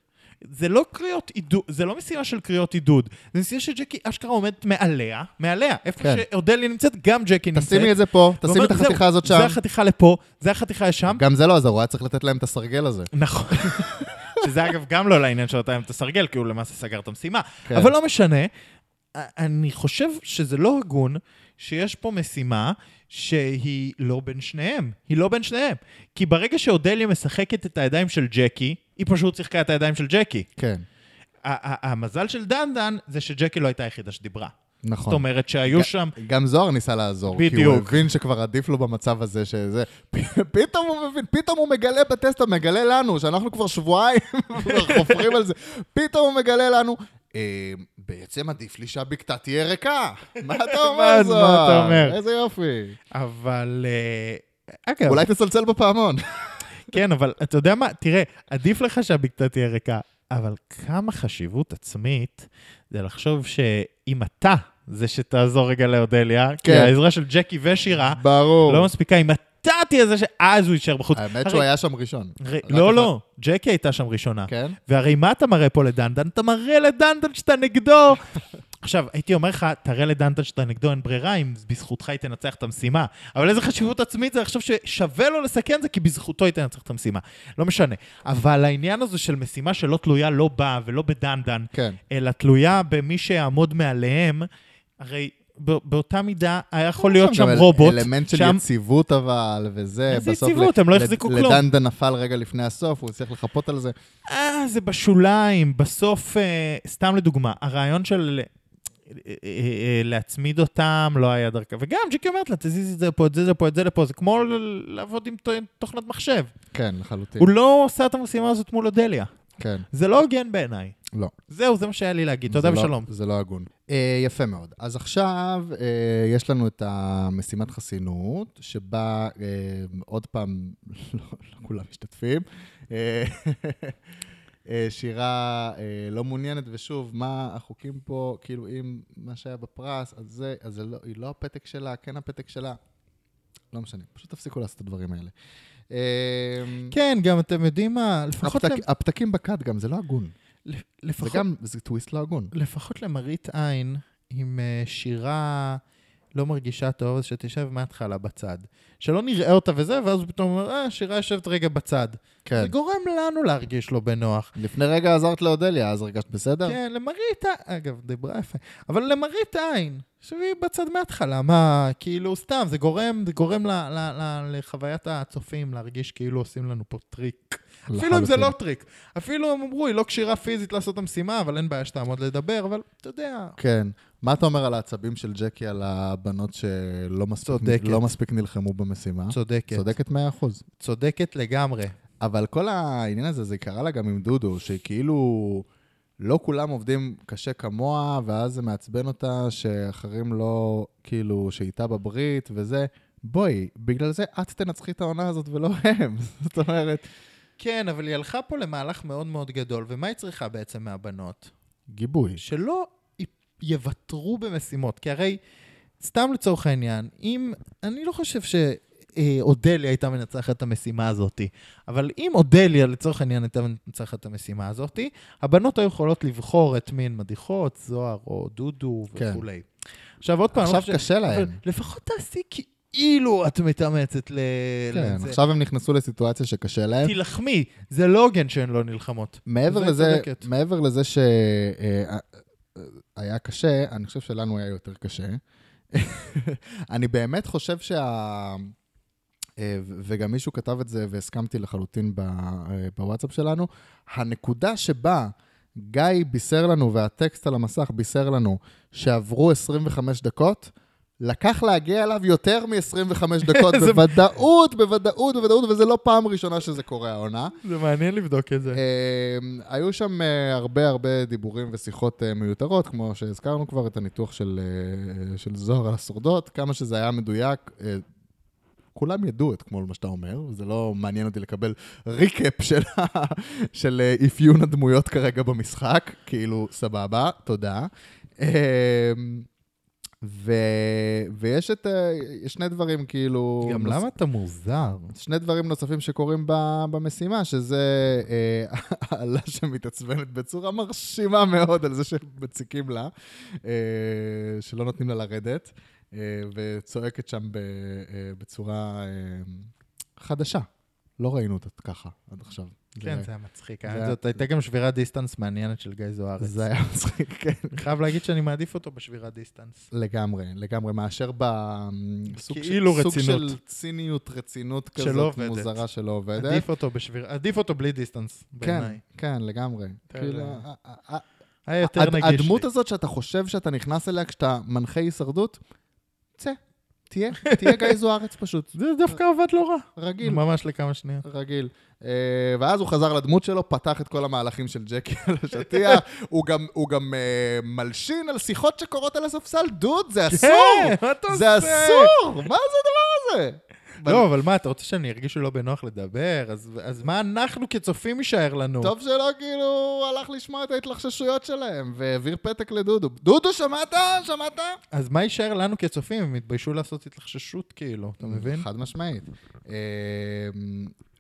זה לא קריאות עידוד, זה לא משימה של קריאות עידוד. זה משימה שג'קי אשכרה עומדת מעליה, מעליה. איפה כן. שאודליה נמצאת, גם ג'קי נמצאת. תשימי את זה פה, ואומרת, תשימי את החתיכה "זהו, הזאת זה שם. החתיכה לפה, זה החתיכה לשם. גם זה לא עזר, הוא היה צריך לתת להם את הסרגל הזה. נכון. שזה אגב גם לא לעניין של אותה עם תסרגל, כי הוא למעשה סגר את המשימה. כן. אבל לא משנה, א- אני חושב שזה לא הגון שיש פה משימה שהיא לא בין שניהם. היא לא בין שניהם. כי ברגע שאודליה משחקת את הידיים של ג'קי, היא פשוט שיחקה את הידיים של ג'קי. כן, ה- ה- המזל של דנדן זה שג'קי לא הייתה היחידה שדיברה. זאת נכון. אומרת שהיו שם... גם זוהר ניסה לעזור, כי הוא בדיוק. הבין שכבר עדיף לו במצב הזה שזה... פ- פתאום הוא מבין, פתאום הוא מגלה בטסט, הוא מגלה לנו, שאנחנו כבר שבועיים חופרים על זה, פתאום הוא מגלה לנו, "אה, בעצם עדיף לי שהבקתה תהיה ריקה. מה אתה מה- מה אומר, אתה זוהר? אומר? איזה יופי. אבל... אה, אגב, אולי תצלצל בפעמון. כן, אבל אתה יודע מה? תראה, עדיף לך שהבקתה תהיה ריקה, אבל כמה חשיבות עצמית זה לחשוב שאם אתה זה שתעזור רגע לאודליה, כי כן. העזרה של ג'קי ושירה ברור. לא מספיקה, אם אתה תהיה זה ש... אז הוא יישאר בחוץ. האמת הרי- שהוא היה שם ראשון. הרי- רק לא, אחד. לא, ג'קי הייתה שם ראשונה. כן? והרי מה אתה מראה פה לדנדן? אתה מראה לדנדן שאתה נגדו. עכשיו, הייתי אומר לך, תראה לדנדן שאתה נגדו, אין ברירה, אם בזכותך היא תנצח את המשימה. אבל איזה חשיבות עצמית זה לחשוב ששווה לו לסכן זה, כי בזכותו היא תנצח את המשימה. לא משנה. אבל העניין הזה של משימה שלא תלויה לא בה ולא בדנדן, כן. אלא תלויה במי שיעמוד מעליהם, הרי ב- באותה מידה היה יכול להיות שם גם אל- רובוט. לא כן, אלמנט של שם- יציבות אבל, וזה, איזה בסוף יציבות? ל- הם לא ל- החזיקו כלום. לדנדן נפל רגע לפני הסוף, הוא הצליח לחפות על זה. אה, זה בשוליים. בסוף, אה, סתם לדוגמה, הרעיון של אה, אה, אה, להצמיד אותם לא היה דרכה. וגם ג'קי אומרת לה, תזיזי את זה לפה, את זה לפה, את זה לפה, זה כמו ל- לעבוד עם ת- תוכנת מחשב. כן, לחלוטין. הוא לא עושה את המשימה הזאת מול אודליה. כן, זה לא הוגן בעיניי. לא. זהו, זה מה שהיה לי להגיד. תודה זה לא- ושלום. זה לא הגון. אה, יפה מאוד. אז עכשיו אה, יש לנו את המשימת חסינות, שבה אה, עוד פעם, לא לא כולם משתתפים. אה, אה, שירה אה, לא מעוניינת, ושוב, מה החוקים פה, כאילו, אם מה שהיה בפרס, אז זה, אז זה לא, היא לא הפתק שלה, כן הפתק שלה. לא משנה, פשוט תפסיקו לעשות את הדברים האלה. אה, כן, גם אתם יודעים מה, לפחות הפתק- למ- הפתקים בקאט גם, זה לא הגון. לפ- זה לפחות- גם, זה טוויסט לא הגון. לפחות למראית עין, אם אה, שירה לא מרגישה טוב, אז שתשב מההתחלה בצד. שלא נראה אותה וזה, ואז פתאום, אומר, אה, שירה יושבת רגע בצד. כן. זה גורם לנו להרגיש לא בנוח. לפני רגע עזרת לאודליה, אז הרגשת בסדר? כן, למראית עין, אגב, דיברה יפה, אבל למראית עין, שבי בצד מההתחלה, מה, כאילו, סתם, זה גורם, זה גורם ל, ל, ל, לחוויית הצופים להרגיש כאילו עושים לנו פה טריק. אפילו אם זה לחלוטין. לא טריק. אפילו הם אמרו, היא לא כשירה פיזית לעשות את המשימה, אבל אין בעיה שתעמוד לדבר, אבל אתה יודע, כן. מה אתה אומר על העצבים של ג'קי על הבנות שלא מספיק, צודקת. לא מספיק נלחמו במשימה? צודקת. צודקת 100%. צודקת לגמרי. אבל כל העניין הזה, זה קרה לה גם עם דודו, שכאילו לא כולם עובדים קשה כמוה, ואז זה מעצבן אותה שאחרים לא, כאילו, שאיתה בברית וזה. בואי, בגלל זה את תנצחי את העונה הזאת ולא הם. זאת אומרת, כן, אבל היא הלכה פה למהלך מאוד מאוד גדול, ומה היא צריכה בעצם מהבנות? גיבוי. שלא י- יוותרו במשימות, כי הרי, סתם לצורך העניין, אם, אני לא חושב ש... אה, אודליה הייתה מנצחת את המשימה הזאתי. אבל אם אודליה, לצורך העניין, הייתה מנצחת את המשימה הזאתי, הבנות היו יכולות לבחור את מי הן מדיחות, זוהר או דודו כן. וכולי. עכשיו, עוד פעם, אני לא עכשיו חושב- קשה אבל להם. לפחות תעשי כאילו את מתאמצת ל... כן, לזה. עכשיו הם נכנסו לסיטואציה שקשה אה? להם. תילחמי, זה לא הוגן שהן לא נלחמות. מעבר זה לזה, צודקת. מעבר לזה שהיה קשה, אני חושב שלנו היה יותר קשה. אני באמת חושב שה... אה, ו- וגם מישהו כתב את זה והסכמתי לחלוטין ב- אה, בוואטסאפ שלנו, הנקודה שבה גיא בישר לנו והטקסט על המסך בישר לנו שעברו 25 דקות, לקח להגיע אליו יותר מ-25 דקות, זה- בוודאות, בוודאות, בוודאות, וזה לא פעם ראשונה שזה קורה העונה. זה מעניין לבדוק את זה. אה, היו שם אה, הרבה הרבה דיבורים ושיחות אה, מיותרות, כמו שהזכרנו כבר את הניתוח של, אה, של זוהר על השורדות, כמה שזה היה מדויק. אה, כולם ידעו את כמו מה שאתה אומר, וזה לא מעניין אותי לקבל ריקאפ של, ה- של אה, אפיון הדמויות כרגע במשחק, כאילו, סבבה, תודה. אה, ו, ויש את, אה, שני דברים, כאילו... גם נוס- למה אתה מוזר? שני דברים נוספים שקורים ב- במשימה, שזה אה, האלה שמתעצבנת בצורה מרשימה מאוד על זה שמציקים לה, אה, שלא נותנים לה לרדת, אה, וצועקת שם ב- אה, בצורה אה, חדשה. לא ראינו אותה ככה עד עכשיו. כן, זה... זה היה מצחיק. זה היה- זאת הייתה גם שבירת דיסטנס מעניינת של גיא זוארץ. זה היה מצחיק, כן. אני חייב להגיד שאני מעדיף אותו בשבירת דיסטנס. לגמרי, לגמרי, מאשר בסוג כאילו סוג רצינות. של ציניות, רצינות שלא כזאת עובדת. מוזרה שלא עובדת. עדיף אותו בשביר... עדיף אותו בלי דיסטנס, כן, בעיניי. כן, לגמרי. אתה- כאילו, ה- ה- היה יותר נגיש לי. הדמות הזאת שאתה חושב שאתה נכנס אליה כשאתה מנחה הישרדות, צא, תהיה, תהיה גיא זוארץ פשוט. זה דווקא עבד לא רע. רגיל, ממש לכמה שניות. רגיל. אה, ואז הוא חזר לדמות שלו, פתח את כל המהלכים של ג'קי על השטיח, הוא גם- הוא גם אה, מלשין על שיחות שקורות על הספסל, דוד, זה אסור! כן, מה אתה זה עושה? אסור! מה זה הדבר הזה? לא, אבל מה, אתה רוצה שאני ירגישו לא בנוח לדבר? אז- אז מה אנחנו כצופים יישאר לנו? טוב שלא כאילו הלך לשמוע את ההתלחששויות שלהם, והעביר פתק לדודו. דודו, שמעת? שמעת? אז מה יישאר לנו כצופים? הם יתביישו לעשות התלחששות כאילו, Mm. אתה מבין? חד משמעית. אמ,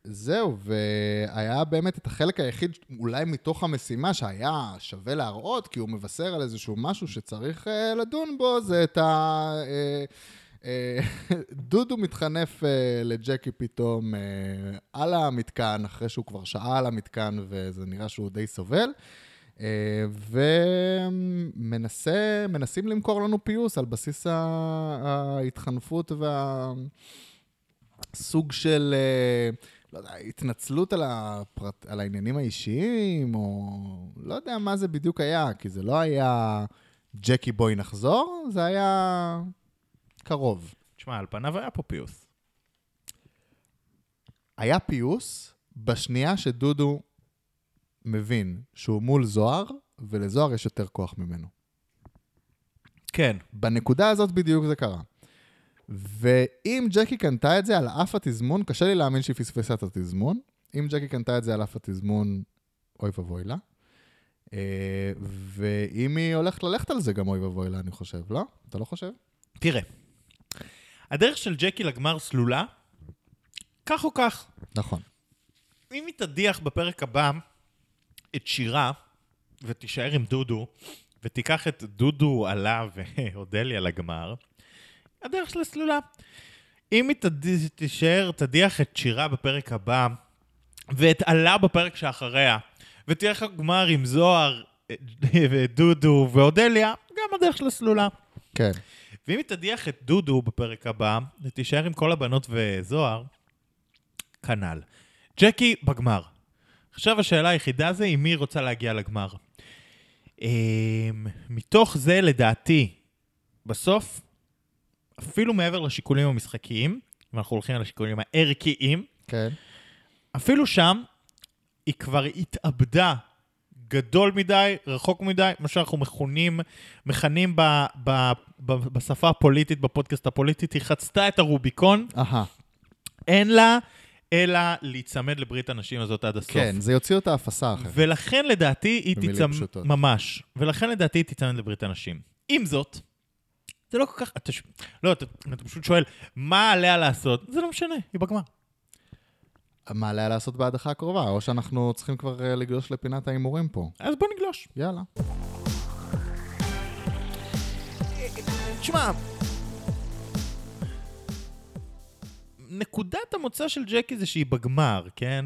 זהו, והיה באמת את החלק היחיד, אולי מתוך המשימה, שהיה שווה להראות, כי הוא מבשר על איזשהו משהו שצריך אה, לדון בו, זה את ה... אה, אה, דודו מתחנף אה, לג'קי פתאום אה, על המתקן, אחרי שהוא כבר שעה על המתקן, וזה נראה שהוא די סובל. אה, ומנסים למכור לנו פיוס על בסיס ה- ההתחנפות והסוג של, אה, לא יודע, התנצלות על, הפרט, על העניינים האישיים, או לא יודע מה זה בדיוק היה, כי זה לא היה ג'קי בוי נחזור, זה היה קרוב. תשמע, על פניו היה פה פיוס. היה פיוס בשנייה שדודו מבין שהוא מול זוהר, ולזוהר יש יותר כוח ממנו. כן. בנקודה הזאת בדיוק זה קרה. ואם ג'קי קנתה את זה על אף התזמון, קשה לי להאמין שהיא פספסה את התזמון. אם ג'קי קנתה את זה על אף התזמון, אוי ואבוי לה. אה, ואם היא הולכת ללכת על זה, גם אוי ואבוי לה, אני חושב, לא? אתה לא חושב? תראה, הדרך של ג'קי לגמר סלולה, כך או כך, נכון. אם היא תדיח בפרק הבא את שירה, ותישאר עם דודו, ותיקח את דודו עלה ואודליה לגמר, הדרך שלה סלולה. אם היא תד... תישאר, תדיח את שירה בפרק הבא, ואת עלה בפרק שאחריה, ותלך אה, לגמר עם זוהר, ודודו ואודליה, גם הדרך שלה סלולה. כן. ואם היא תדיח את דודו בפרק הבא, ותישאר עם כל הבנות וזוהר, כנ"ל. ג'קי בגמר. עכשיו השאלה היחידה זה עם מי היא רוצה להגיע לגמר. אמ, מתוך זה, לדעתי, בסוף, אפילו מעבר לשיקולים המשחקיים, אם אנחנו הולכים על השיקולים הערכיים, כן. אפילו שם, היא כבר התאבדה גדול מדי, רחוק מדי, מה שאנחנו מכונים, מכנים ב, ב, ב, בשפה הפוליטית, בפודקאסט הפוליטית, היא חצתה את הרוביקון, אהה. אין לה אלא להיצמד לברית הנשים הזאת עד הסוף. כן, זה יוציא אותה הפסה אחרת. ולכן לדעתי היא במילים תיצמד, פשוטות. ממש, ולכן לדעתי היא תיצמד לברית הנשים. עם זאת, זה לא כל כך, אתה, ש- לא, אתה, אתה פשוט שואל, מה עליה לעשות? זה לא משנה, היא בגמר. מה עליה לעשות בהדחה הקרובה? או שאנחנו צריכים כבר אה, לגלוש לפינת ההימורים פה. אז בוא נגלוש. יאללה. תשמע, נקודת המוצא של ג'קי זה שהיא בגמר, כן?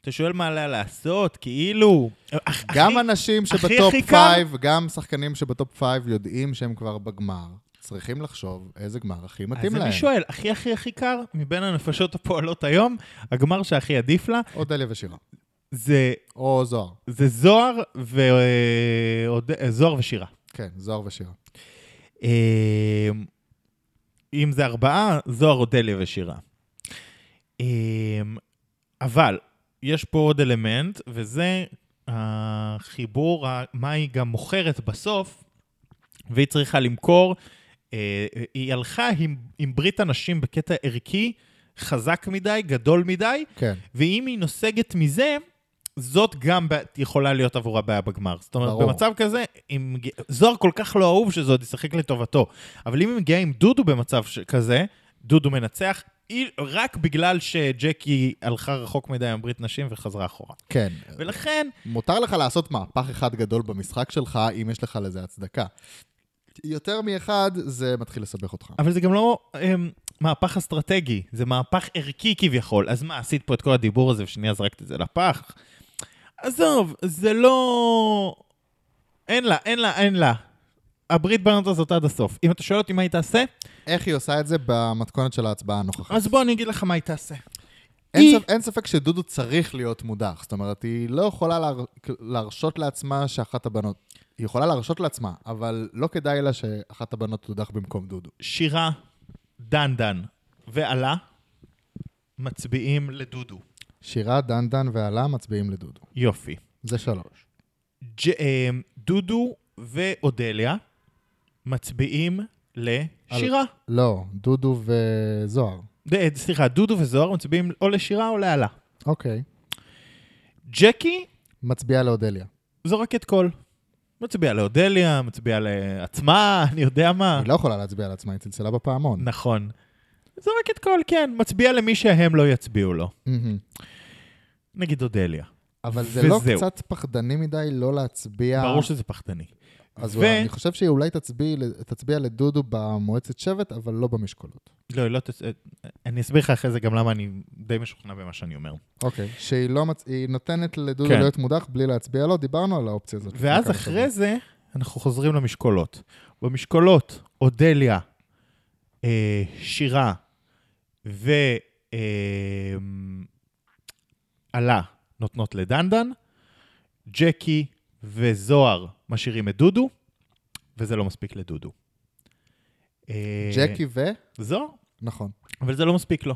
אתה שואל מה עליה לעשות, כאילו... אח- גם אחי, אנשים הכי- שבטופ הכי קל. 5, גם שחקנים שבטופ 5 יודעים שהם כבר בגמר. צריכים לחשוב איזה גמר הכי מתאים אז להם. אני שואל, הכי הכי הכי קר, מבין הנפשות הפועלות היום, הגמר שהכי עדיף לה, או דליה ושירה. זה, או זוהר. זה זוהר, ו... אה, עוד- אה, זוהר ושירה. כן, זוהר ושירה. אה, אם זה ארבעה, זוהר, אודליה ושירה. אה, אבל יש פה עוד אלמנט, וזה החיבור, ה- מה היא גם מוכרת בסוף, והיא צריכה למכור. אה, היא הלכה עם, עם ברית הנשים בקטע ערכי, חזק מדי, גדול מדי, כן, ואם היא נוסגת מזה, זאת גם ב- יכולה להיות עבורה בעיה בגמר. זאת אומרת, ברור. ברור. במצב כזה, אם... מגיע- זוהר כל כך לא אהוב שזה עוד ישחק לטובתו. אבל אם היא מגיעה עם דודו במצב ש... כזה, דודו מנצח, היא- רק בגלל שג'קי הלכה רחוק מדי עם ברית נשים וחזרה אחורה. כן. ולכן, מותר לך לעשות מהפך אחד גדול במשחק שלך, אם יש לך לזה הצדקה. יותר מאחד, זה מתחיל לסבך אותך. אבל זה גם לא הם, מהפך אסטרטגי, זה מהפך ערכי כביכול. אז מה, עשית פה את כל הדיבור הזה ושנייה זרקת את זה לפח? עזוב, זה לא... אין לה, אין לה, אין לה. הברית בנות הזאת עד הסוף. אם אתה שואל אותי מה היא תעשה, איך היא עושה את זה במתכונת של ההצבעה הנוכחית? אז בוא אני אגיד לך מה היא תעשה. אין, היא- ספ... אין ספק שדודו צריך להיות מודח. זאת אומרת, היא לא יכולה להר... להרשות לעצמה שאחת הבנות... היא יכולה להרשות לעצמה, אבל לא כדאי לה שאחת הבנות תודח במקום דודו. שירה, דן דן ועלה, מצביעים לדודו. שירה, דנדן ועלה מצביעים לדודו. יופי. זה שלוש. ג' אה, דודו ואודליה מצביעים לשירה. לא, דודו וזוהר. אה, סליחה, דודו וזוהר מצביעים או לשירה או לאלה. אוקיי. ג'קי מצביעה לאודליה. זורקת קול. מצביע לאודליה, מצביע לעצמה, אני יודע מה. היא לא יכולה להצביע על עצמה, היא צלצלה בפעמון. נכון. זורקת קול, כן. מצביע למי שהם לא יצביעו לו. מהמם. נגיד אודליה. אבל זה לא וזהו. קצת פחדני מדי לא להצביע... ברור שזה פחדני. אז ו- אולי- אני חושב שהיא אולי תצביע, תצביע לדודו במועצת שבט, אבל לא במשקולות. לא, היא לא תצ... אני אסביר לך אחרי זה גם למה אני די משוכנע במה שאני אומר. אוקיי. שהיא לא מצ... היא נותנת לדודו כן. להיות מודח בלי להצביע לו, דיברנו על האופציה הזאת. לפני ואז כמה שבועות. אחרי זה, אנחנו חוזרים למשקולות. במשקולות, אודליה, אה, שירה ואלה אה, עלה נותנות לדנדן, ג'קי וזוהר משאירים את דודו, וזה לא מספיק לדודו. אה, ג'קי ו... זוהר, נכון. אבל זה לא מספיק לו.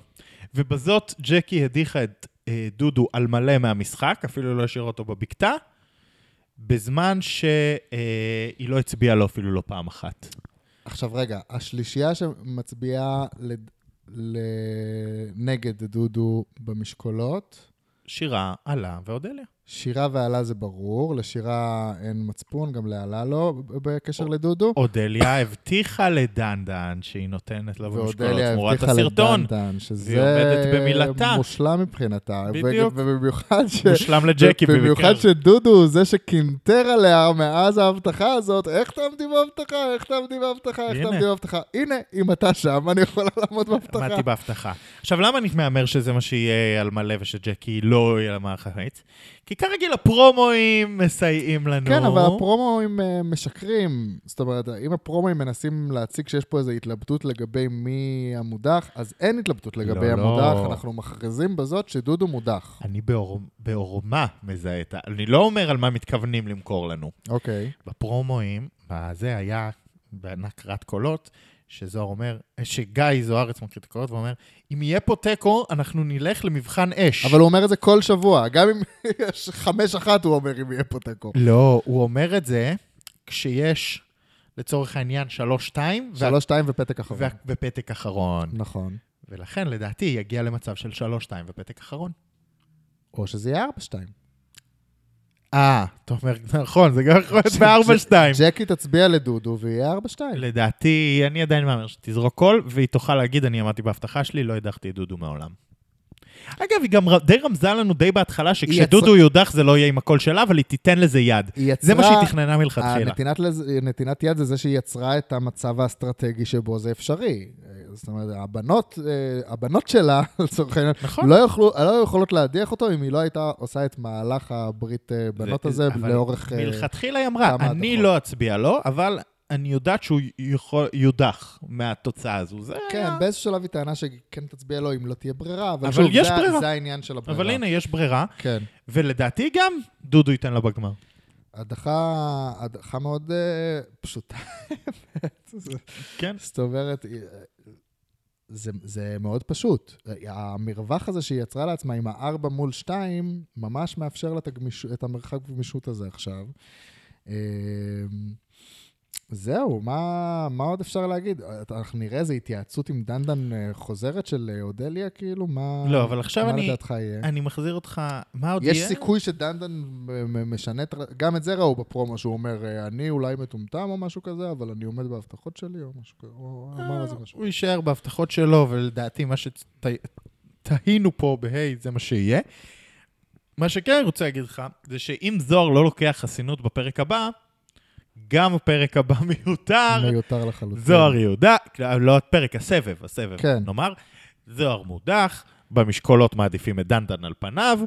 ובזאת ג'קי הדיחה את אה, דודו על מלא מהמשחק, אפילו לא השאירה אותו בבקתה, בזמן שהיא אה, היא לא הצביעה לו אפילו לא פעם אחת. עכשיו רגע, השלישייה שמצביעה לד... ל... נגד דודו במשקולות, שירה, עלה ואודליה. שירה ועלה זה ברור, לשירה אין מצפון, גם לעלה לא ב- בקשר לדודו. אודליה הבטיחה לדנדן שהיא נותנת לו במשקולות ואודליה תמורת הבטיחה הסרטון. לדנדן, והיא עומדת שזה במילתה. מושלם מבחינתה. ו- בדיוק. ובמיוחד ש... מושלם לג'קי במקרה. במיוחד הזה. שדודו הוא זה שקינטר עליה מאז ההבטחה הזאת, איך תעמדי בהבטחה, איך תעמדי בהבטחה, איך הנה. תעמדי בהבטחה. הנה, אם אתה שם, אני יכולה לעמוד בהבטחה. עמדתי בהבטחה. עכשיו, למה אני מהמר שזה מה שיהיה על מלא ושג'קי לא יהיה לה מערך החץ? כי כרגיל הפרומואים מסייעים לנו. כן, אבל הפרומואים אה, משקרים. זאת אומרת, אם הפרומואים מנסים להציג שיש פה איזו התלבטות לגבי מי המודח, אז אין התלבטות לגבי לא, לא. המודח, אנחנו מכריזים בזאת שדודו מודח. אני באור- בעורמה מזהה את ה... אני לא אומר על מה מתכוונים למכור לנו. אוקיי. בפרומואים, בזה היה בהקראת קולות, שזוהר אומר, שגיא זוארץ מקריא את הקולות ואומר, אם יהיה פה תיקו, אנחנו נלך למבחן אש. אבל הוא אומר את זה כל שבוע, גם אם יש חמש אחת, הוא אומר אם יהיה פה תיקו. לא, הוא אומר את זה כשיש, לצורך העניין, שלוש-שתיים, וה- שלוש, שתיים ופתק אחרון. וה- ופתק אחרון. נכון. ולכן, לדעתי, יגיע למצב של שלוש-שתיים ופתק אחרון. או שזה יהיה ארבע, שתיים. אה, אתה אומר, נכון, זה גם יכול להיות בארבע-שתיים. ג'קי תצביע לדודו ויהיה ארבע, שתיים. לדעתי, אני עדיין מהמר שתזרוק קול, והיא תוכל להגיד, אני עמדתי בהבטחה שלי, לא הדחתי את דודו מעולם. אגב, היא גם ר- די רמזה לנו די בהתחלה, שכשדודו יודח זה לא יהיה עם הקול שלה, אבל היא תיתן לזה יד. היא זה מה יצרה- שהיא תכננה מלכתחילה. הנתינת לז- נתינת יד זה זה שהיא יצרה את המצב האסטרטגי שבו זה אפשרי. אה, זאת אומרת, הבנות, אה, הבנות שלה, לצורך העניין, נכון. לא, יוכלו, לא יכולות להדיח אותו אם היא לא הייתה עושה את מהלך הברית אה, בנות זה- הזה אבל לאורך... אה, מלכתחילה היא אמרה, כמה אני הדחות." לא אצביע לו, אבל אני יודעת שהוא יכול- יודח מהתוצאה הזו. זה כן, היה... באיזשהו שלב היא טענה שכן תצביע לו אם לא תהיה ברירה, אבל אבל שוב, יש זה- ברירה. זה העניין של הברירה. אבל הנה, יש ברירה, כן. ולדעתי גם דודו ייתן לה בגמר. הדחה, הדחה מאוד אה, פשוטה. זה- כן. זאת אומרת, אה, זה, זה מאוד פשוט. המרווח הזה שהיא יצרה לעצמה עם הארבע מול שתיים, ממש מאפשר לה את, הגמיש, את המרחק גמישות הזה עכשיו. אמ, זהו, מה, מה עוד אפשר להגיד? אה, אנחנו נראה איזו התייעצות עם דנדן אה, חוזרת של אה, אודליה, כאילו, מה... לא, אבל עכשיו מה אני- לדעתך יהיה? אני מחזיר אותך, מה עוד יהיה? יש סיכוי שדנדן מ- מ- משנה את... ר- גם את זה ראו בפרומו, שהוא אומר, אה, אני אולי מטומטם או משהו כזה, אבל אני עומד בהבטחות שלי או משהו כזה, או אמר איזה משהו. הוא יישאר בהבטחות שלו, ולדעתי מה שתהינו פה בהיי זה מה שיהיה. מה שכן אני רוצה להגיד לך, זה שאם זוהר לא לוקח חסינות בפרק הבא, גם הפרק הבא מיותר, מיותר לחלוטין. זוהר יהודה, לא הפרק, הסבב, הסבב, כן. נאמר, זוהר מודח, במשקולות מעדיפים את דנדן על פניו,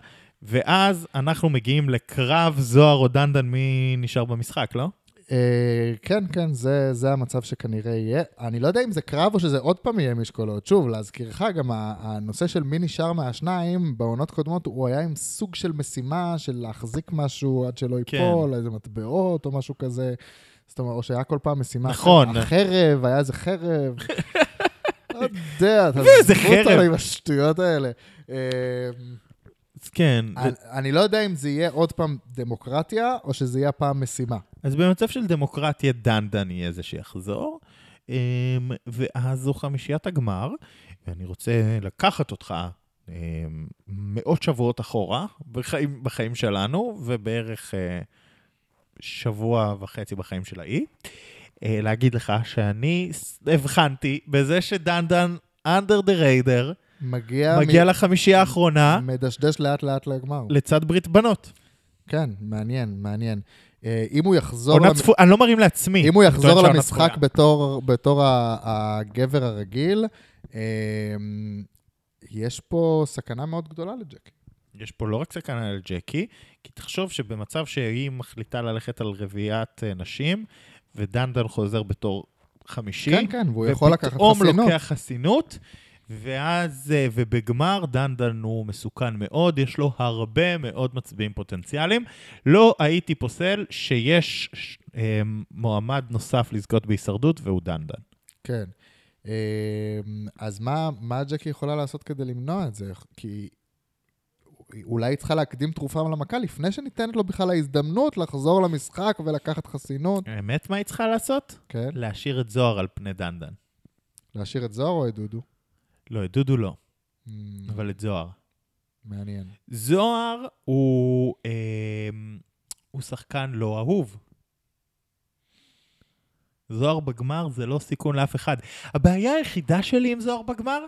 ואז אנחנו מגיעים לקרב זוהר או דנדן, מי נשאר במשחק, לא? אה, כן, כן, זה, זה המצב שכנראה יהיה. אני לא יודע אם זה קרב או שזה עוד פעם יהיה משקולות. שוב, להזכירך, גם ה- הנושא של מי נשאר מהשניים, בעונות קודמות הוא היה עם סוג של משימה של להחזיק משהו עד שלא כן. ייפול, איזה מטבעות או משהו כזה. זאת אומרת, או שהיה כל פעם משימה. נכון. החרב, היה איזה חרב. לא יודע, ואיזה תעזבו אותנו חרב. עם השטויות האלה. אה, אז כן. אני- אני לא יודע אם זה יהיה עוד פעם דמוקרטיה, או שזה יהיה הפעם משימה. אז במצב של דמוקרטיה, דנדן יהיה זה שיחזור, אמ, ואז זו חמישיית הגמר, ואני רוצה לקחת אותך אמ, מאות שבועות אחורה בחיים, בחיים שלנו, ובערך אה, שבוע וחצי בחיים של האי, אה, להגיד לך שאני ס- הבחנתי בזה שדנדן, under the radar, מגיע... מגיע מ- לחמישייה האחרונה mm, מדשדש לאט לאט לגמר. לצד ברית בנות. כן, מעניין, מעניין. אה, אם הוא יחזור... עונה למ- צפו... אני לא מרים לעצמי. אם הוא אני טוען יחזור שהעונה למשחק צפויה. בתור, בתור ה- הגבר הרגיל, אה, יש פה סכנה מאוד גדולה לג'קי. יש פה לא רק סכנה לג'קי, כי תחשוב שבמצב שהיא מחליטה ללכת על רביעיית אה, נשים, ודנדן חוזר בתור חמישי, כן, כן, והוא יכול לקחת ופתאום חסינות. לוקח חסינות, ואז, אה, ובגמר דנדן הוא מסוכן מאוד, יש לו הרבה מאוד מצביעים פוטנציאליים. לא הייתי פוסל שיש ש- אה, מועמד נוסף לזכות בהישרדות, והוא דנדן. כן. אה, אז מה, מה ג'קי יכולה לעשות כדי למנוע את זה? כי אולי היא צריכה להקדים תרופה למכה לפני שניתנת לו בכלל ההזדמנות לחזור למשחק ולקחת חסינות. האמת, מה היא צריכה לעשות? כן. להשאיר את זוהר על פני דנדן. להשאיר את זוהר או את דודו? לא, את דודו לא, Mm, אבל את זוהר. מעניין. זוהר הוא, אה, הוא שחקן לא אהוב. זוהר בגמר זה לא סיכון לאף אחד. הבעיה היחידה שלי עם זוהר בגמר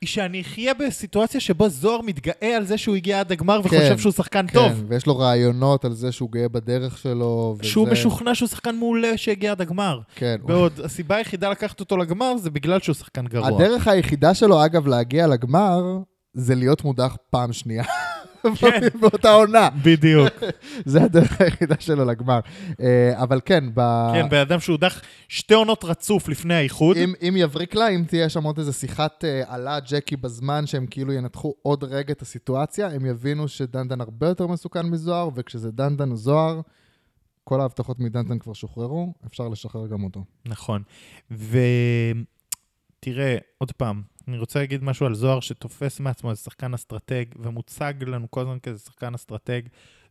היא שאני אחיה בסיטואציה שבו זוהר מתגאה על זה שהוא הגיע עד הגמר וחושב כן, שהוא שחקן כן, טוב. ויש לו רעיונות על זה שהוא גאה בדרך שלו. וזה... שהוא משוכנע שהוא שחקן מעולה שהגיע עד הגמר. כן. הוא- בעוד הסיבה היחידה לקחת אותו לגמר זה בגלל שהוא שחקן גרוע. הדרך היחידה שלו, אגב, להגיע לגמר, זה להיות מודח פעם שנייה. כן. באותה עונה. בדיוק. זה הדרך היחידה שלו לגמר. אה, אבל כן, ב... כן, בן אדם שהודח שתי עונות רצוף לפני האיחוד. אם, אם יבריק לה, אם תהיה שם עוד איזה שיחת אה, עלה ג'קי בזמן, שהם כאילו ינתחו עוד רגע את הסיטואציה, הם יבינו שדנדן הרבה יותר מסוכן מזוהר, וכשזה דנדן או זוהר, כל ההבטחות מדנדן כבר שוחררו, אפשר לשחרר גם אותו. נכון. ותראה, עוד פעם, אני רוצה להגיד משהו על זוהר שתופס מעצמו איזה שחקן אסטרטג, ומוצג לנו כל הזמן כאיזה שחקן אסטרטג.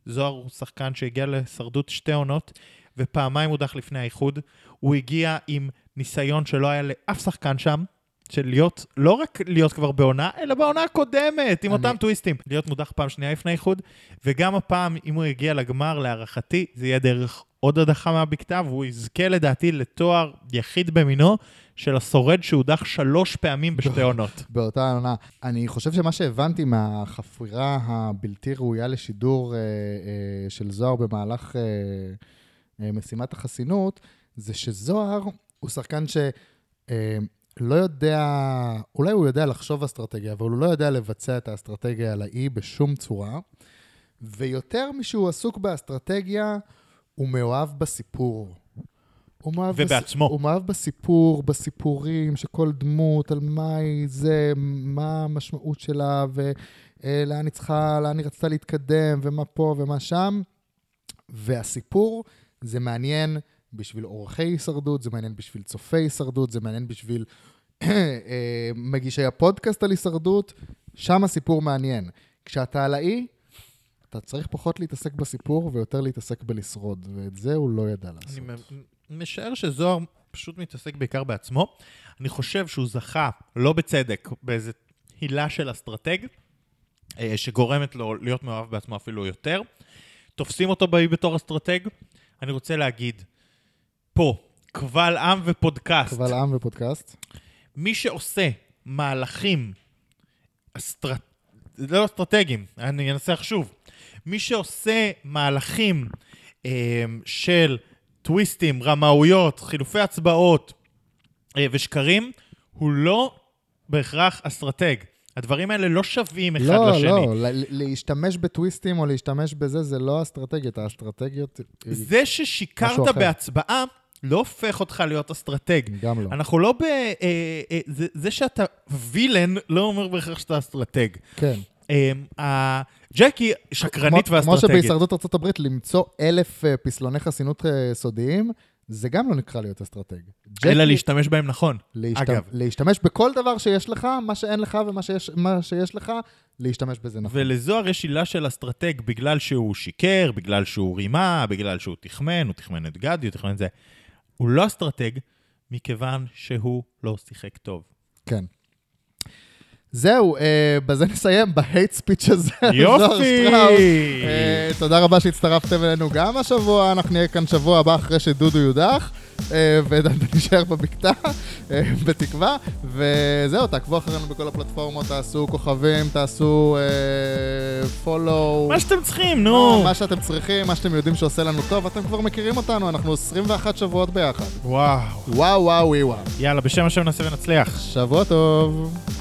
זוהר הוא שחקן שהגיע להישרדות שתי עונות, ופעמיים הודח לפני האיחוד. הוא הגיע עם ניסיון שלא היה לאף שחקן שם. של להיות, לא רק להיות כבר בעונה, אלא בעונה הקודמת, אני- עם אותם טוויסטים. להיות מודח פעם שנייה לפני איחוד, וגם הפעם, אם הוא יגיע לגמר, להערכתי, זה יהיה דרך עוד הדחה מהבקתה, והוא יזכה לדעתי לתואר יחיד במינו של השורד שהודח שלוש פעמים בשתי עונות. באותה עונה. אני חושב שמה שהבנתי מהחפירה הבלתי ראויה לשידור אה, אה, של זוהר במהלך אה, אה, משימת החסינות, זה שזוהר הוא שחקן ש... אה, לא יודע, אולי הוא יודע לחשוב אסטרטגיה, אבל הוא לא יודע לבצע את האסטרטגיה על האי בשום צורה. ויותר משהוא עסוק באסטרטגיה, הוא מאוהב בסיפור. הוא מאוהב ובעצמו. בס... הוא מאוהב בסיפור, בסיפורים, שכל דמות, על מה היא זה, מה המשמעות שלה, ולאן היא צריכה, לאן היא רצתה להתקדם, ומה פה ומה שם. והסיפור, זה מעניין בשביל עורכי הישרדות, זה מעניין בשביל צופי הישרדות, זה מעניין בשביל אה, מגישי הפודקאסט על הישרדות, שם הסיפור מעניין. כשאתה על האי, אתה צריך פחות להתעסק בסיפור ויותר להתעסק בלשרוד, ואת זה הוא לא ידע לעשות. אני מ- משער שזוהר פשוט מתעסק בעיקר בעצמו. אני חושב שהוא זכה, לא בצדק, באיזו הילה של אסטרטג, אה, שגורמת לו להיות מאוהב בעצמו אפילו יותר. תופסים אותו באי בתור אסטרטג. אני רוצה להגיד, פה, קבל עם ופודקאסט. קבל עם ופודקאסט. מי שעושה מהלכים אסטרט... לא אסטרטגיים, אני אנסח שוב. מי שעושה מהלכים אה, של טוויסטים, רמאויות, חילופי הצבעות אה, ושקרים, הוא לא בהכרח אסטרטג. הדברים האלה לא שווים אחד לא, לשני. לא, ל- להשתמש בטוויסטים או להשתמש בזה, זה לא האסטרטגיות, האסטרטגיות היא זה משהו ששיקרת אחר. בהצבעה לא הופך אותך להיות אסטרטג. גם לא. אנחנו לא ב... אה, אה, זה, זה שאתה וילן לא אומר בהכרח שאתה אסטרטג. כן. אמ, ה- ג'קי שקרנית כמו- כמו ואסטרטגית. שבהישרדות ארה"ב למצוא אלף אה, פסלוני חסינות אה, סודיים, זה גם לא נקרא להיות אסטרטג. אלא ג'קי- להשתמש בהם נכון. להשת... אגב. להשתמש בכל דבר שיש לך, מה שאין לך ומה שיש, מה שיש לך, להשתמש בזה נכון. ולזוהר יש עילה של אסטרטג בגלל שהוא שיקר, בגלל שהוא רימה, בגלל שהוא תחמן, הוא תחמן את גדי, הוא תחמן את זה. הוא לא אסטרטג, מכיוון שהוא לא שיחק טוב. כן. זהו, אה, בזה נסיים, בהייט ספיץ' הזה. זוהר יופי! שטראוס. אה, תודה רבה שהצטרפתם אלינו גם השבוע, אנחנו נהיה כאן שבוע הבא אחרי שדודו יודח, אה, ודנדן יישאר בבקתה, אה, בתקווה, וזהו, תעקבו אחרינו בכל הפלטפורמות, תעשו כוכבים, תעשו פולו. מה שאתם צריכים, נו! מה שאתם צריכים, מה שאתם יודעים שעושה לנו טוב, אתם כבר מכירים אותנו, אנחנו 21 שבועות ביחד. וואו. וואו וואו וואו. יאללה, בשם השם נעשה ונצליח. שבוע טוב.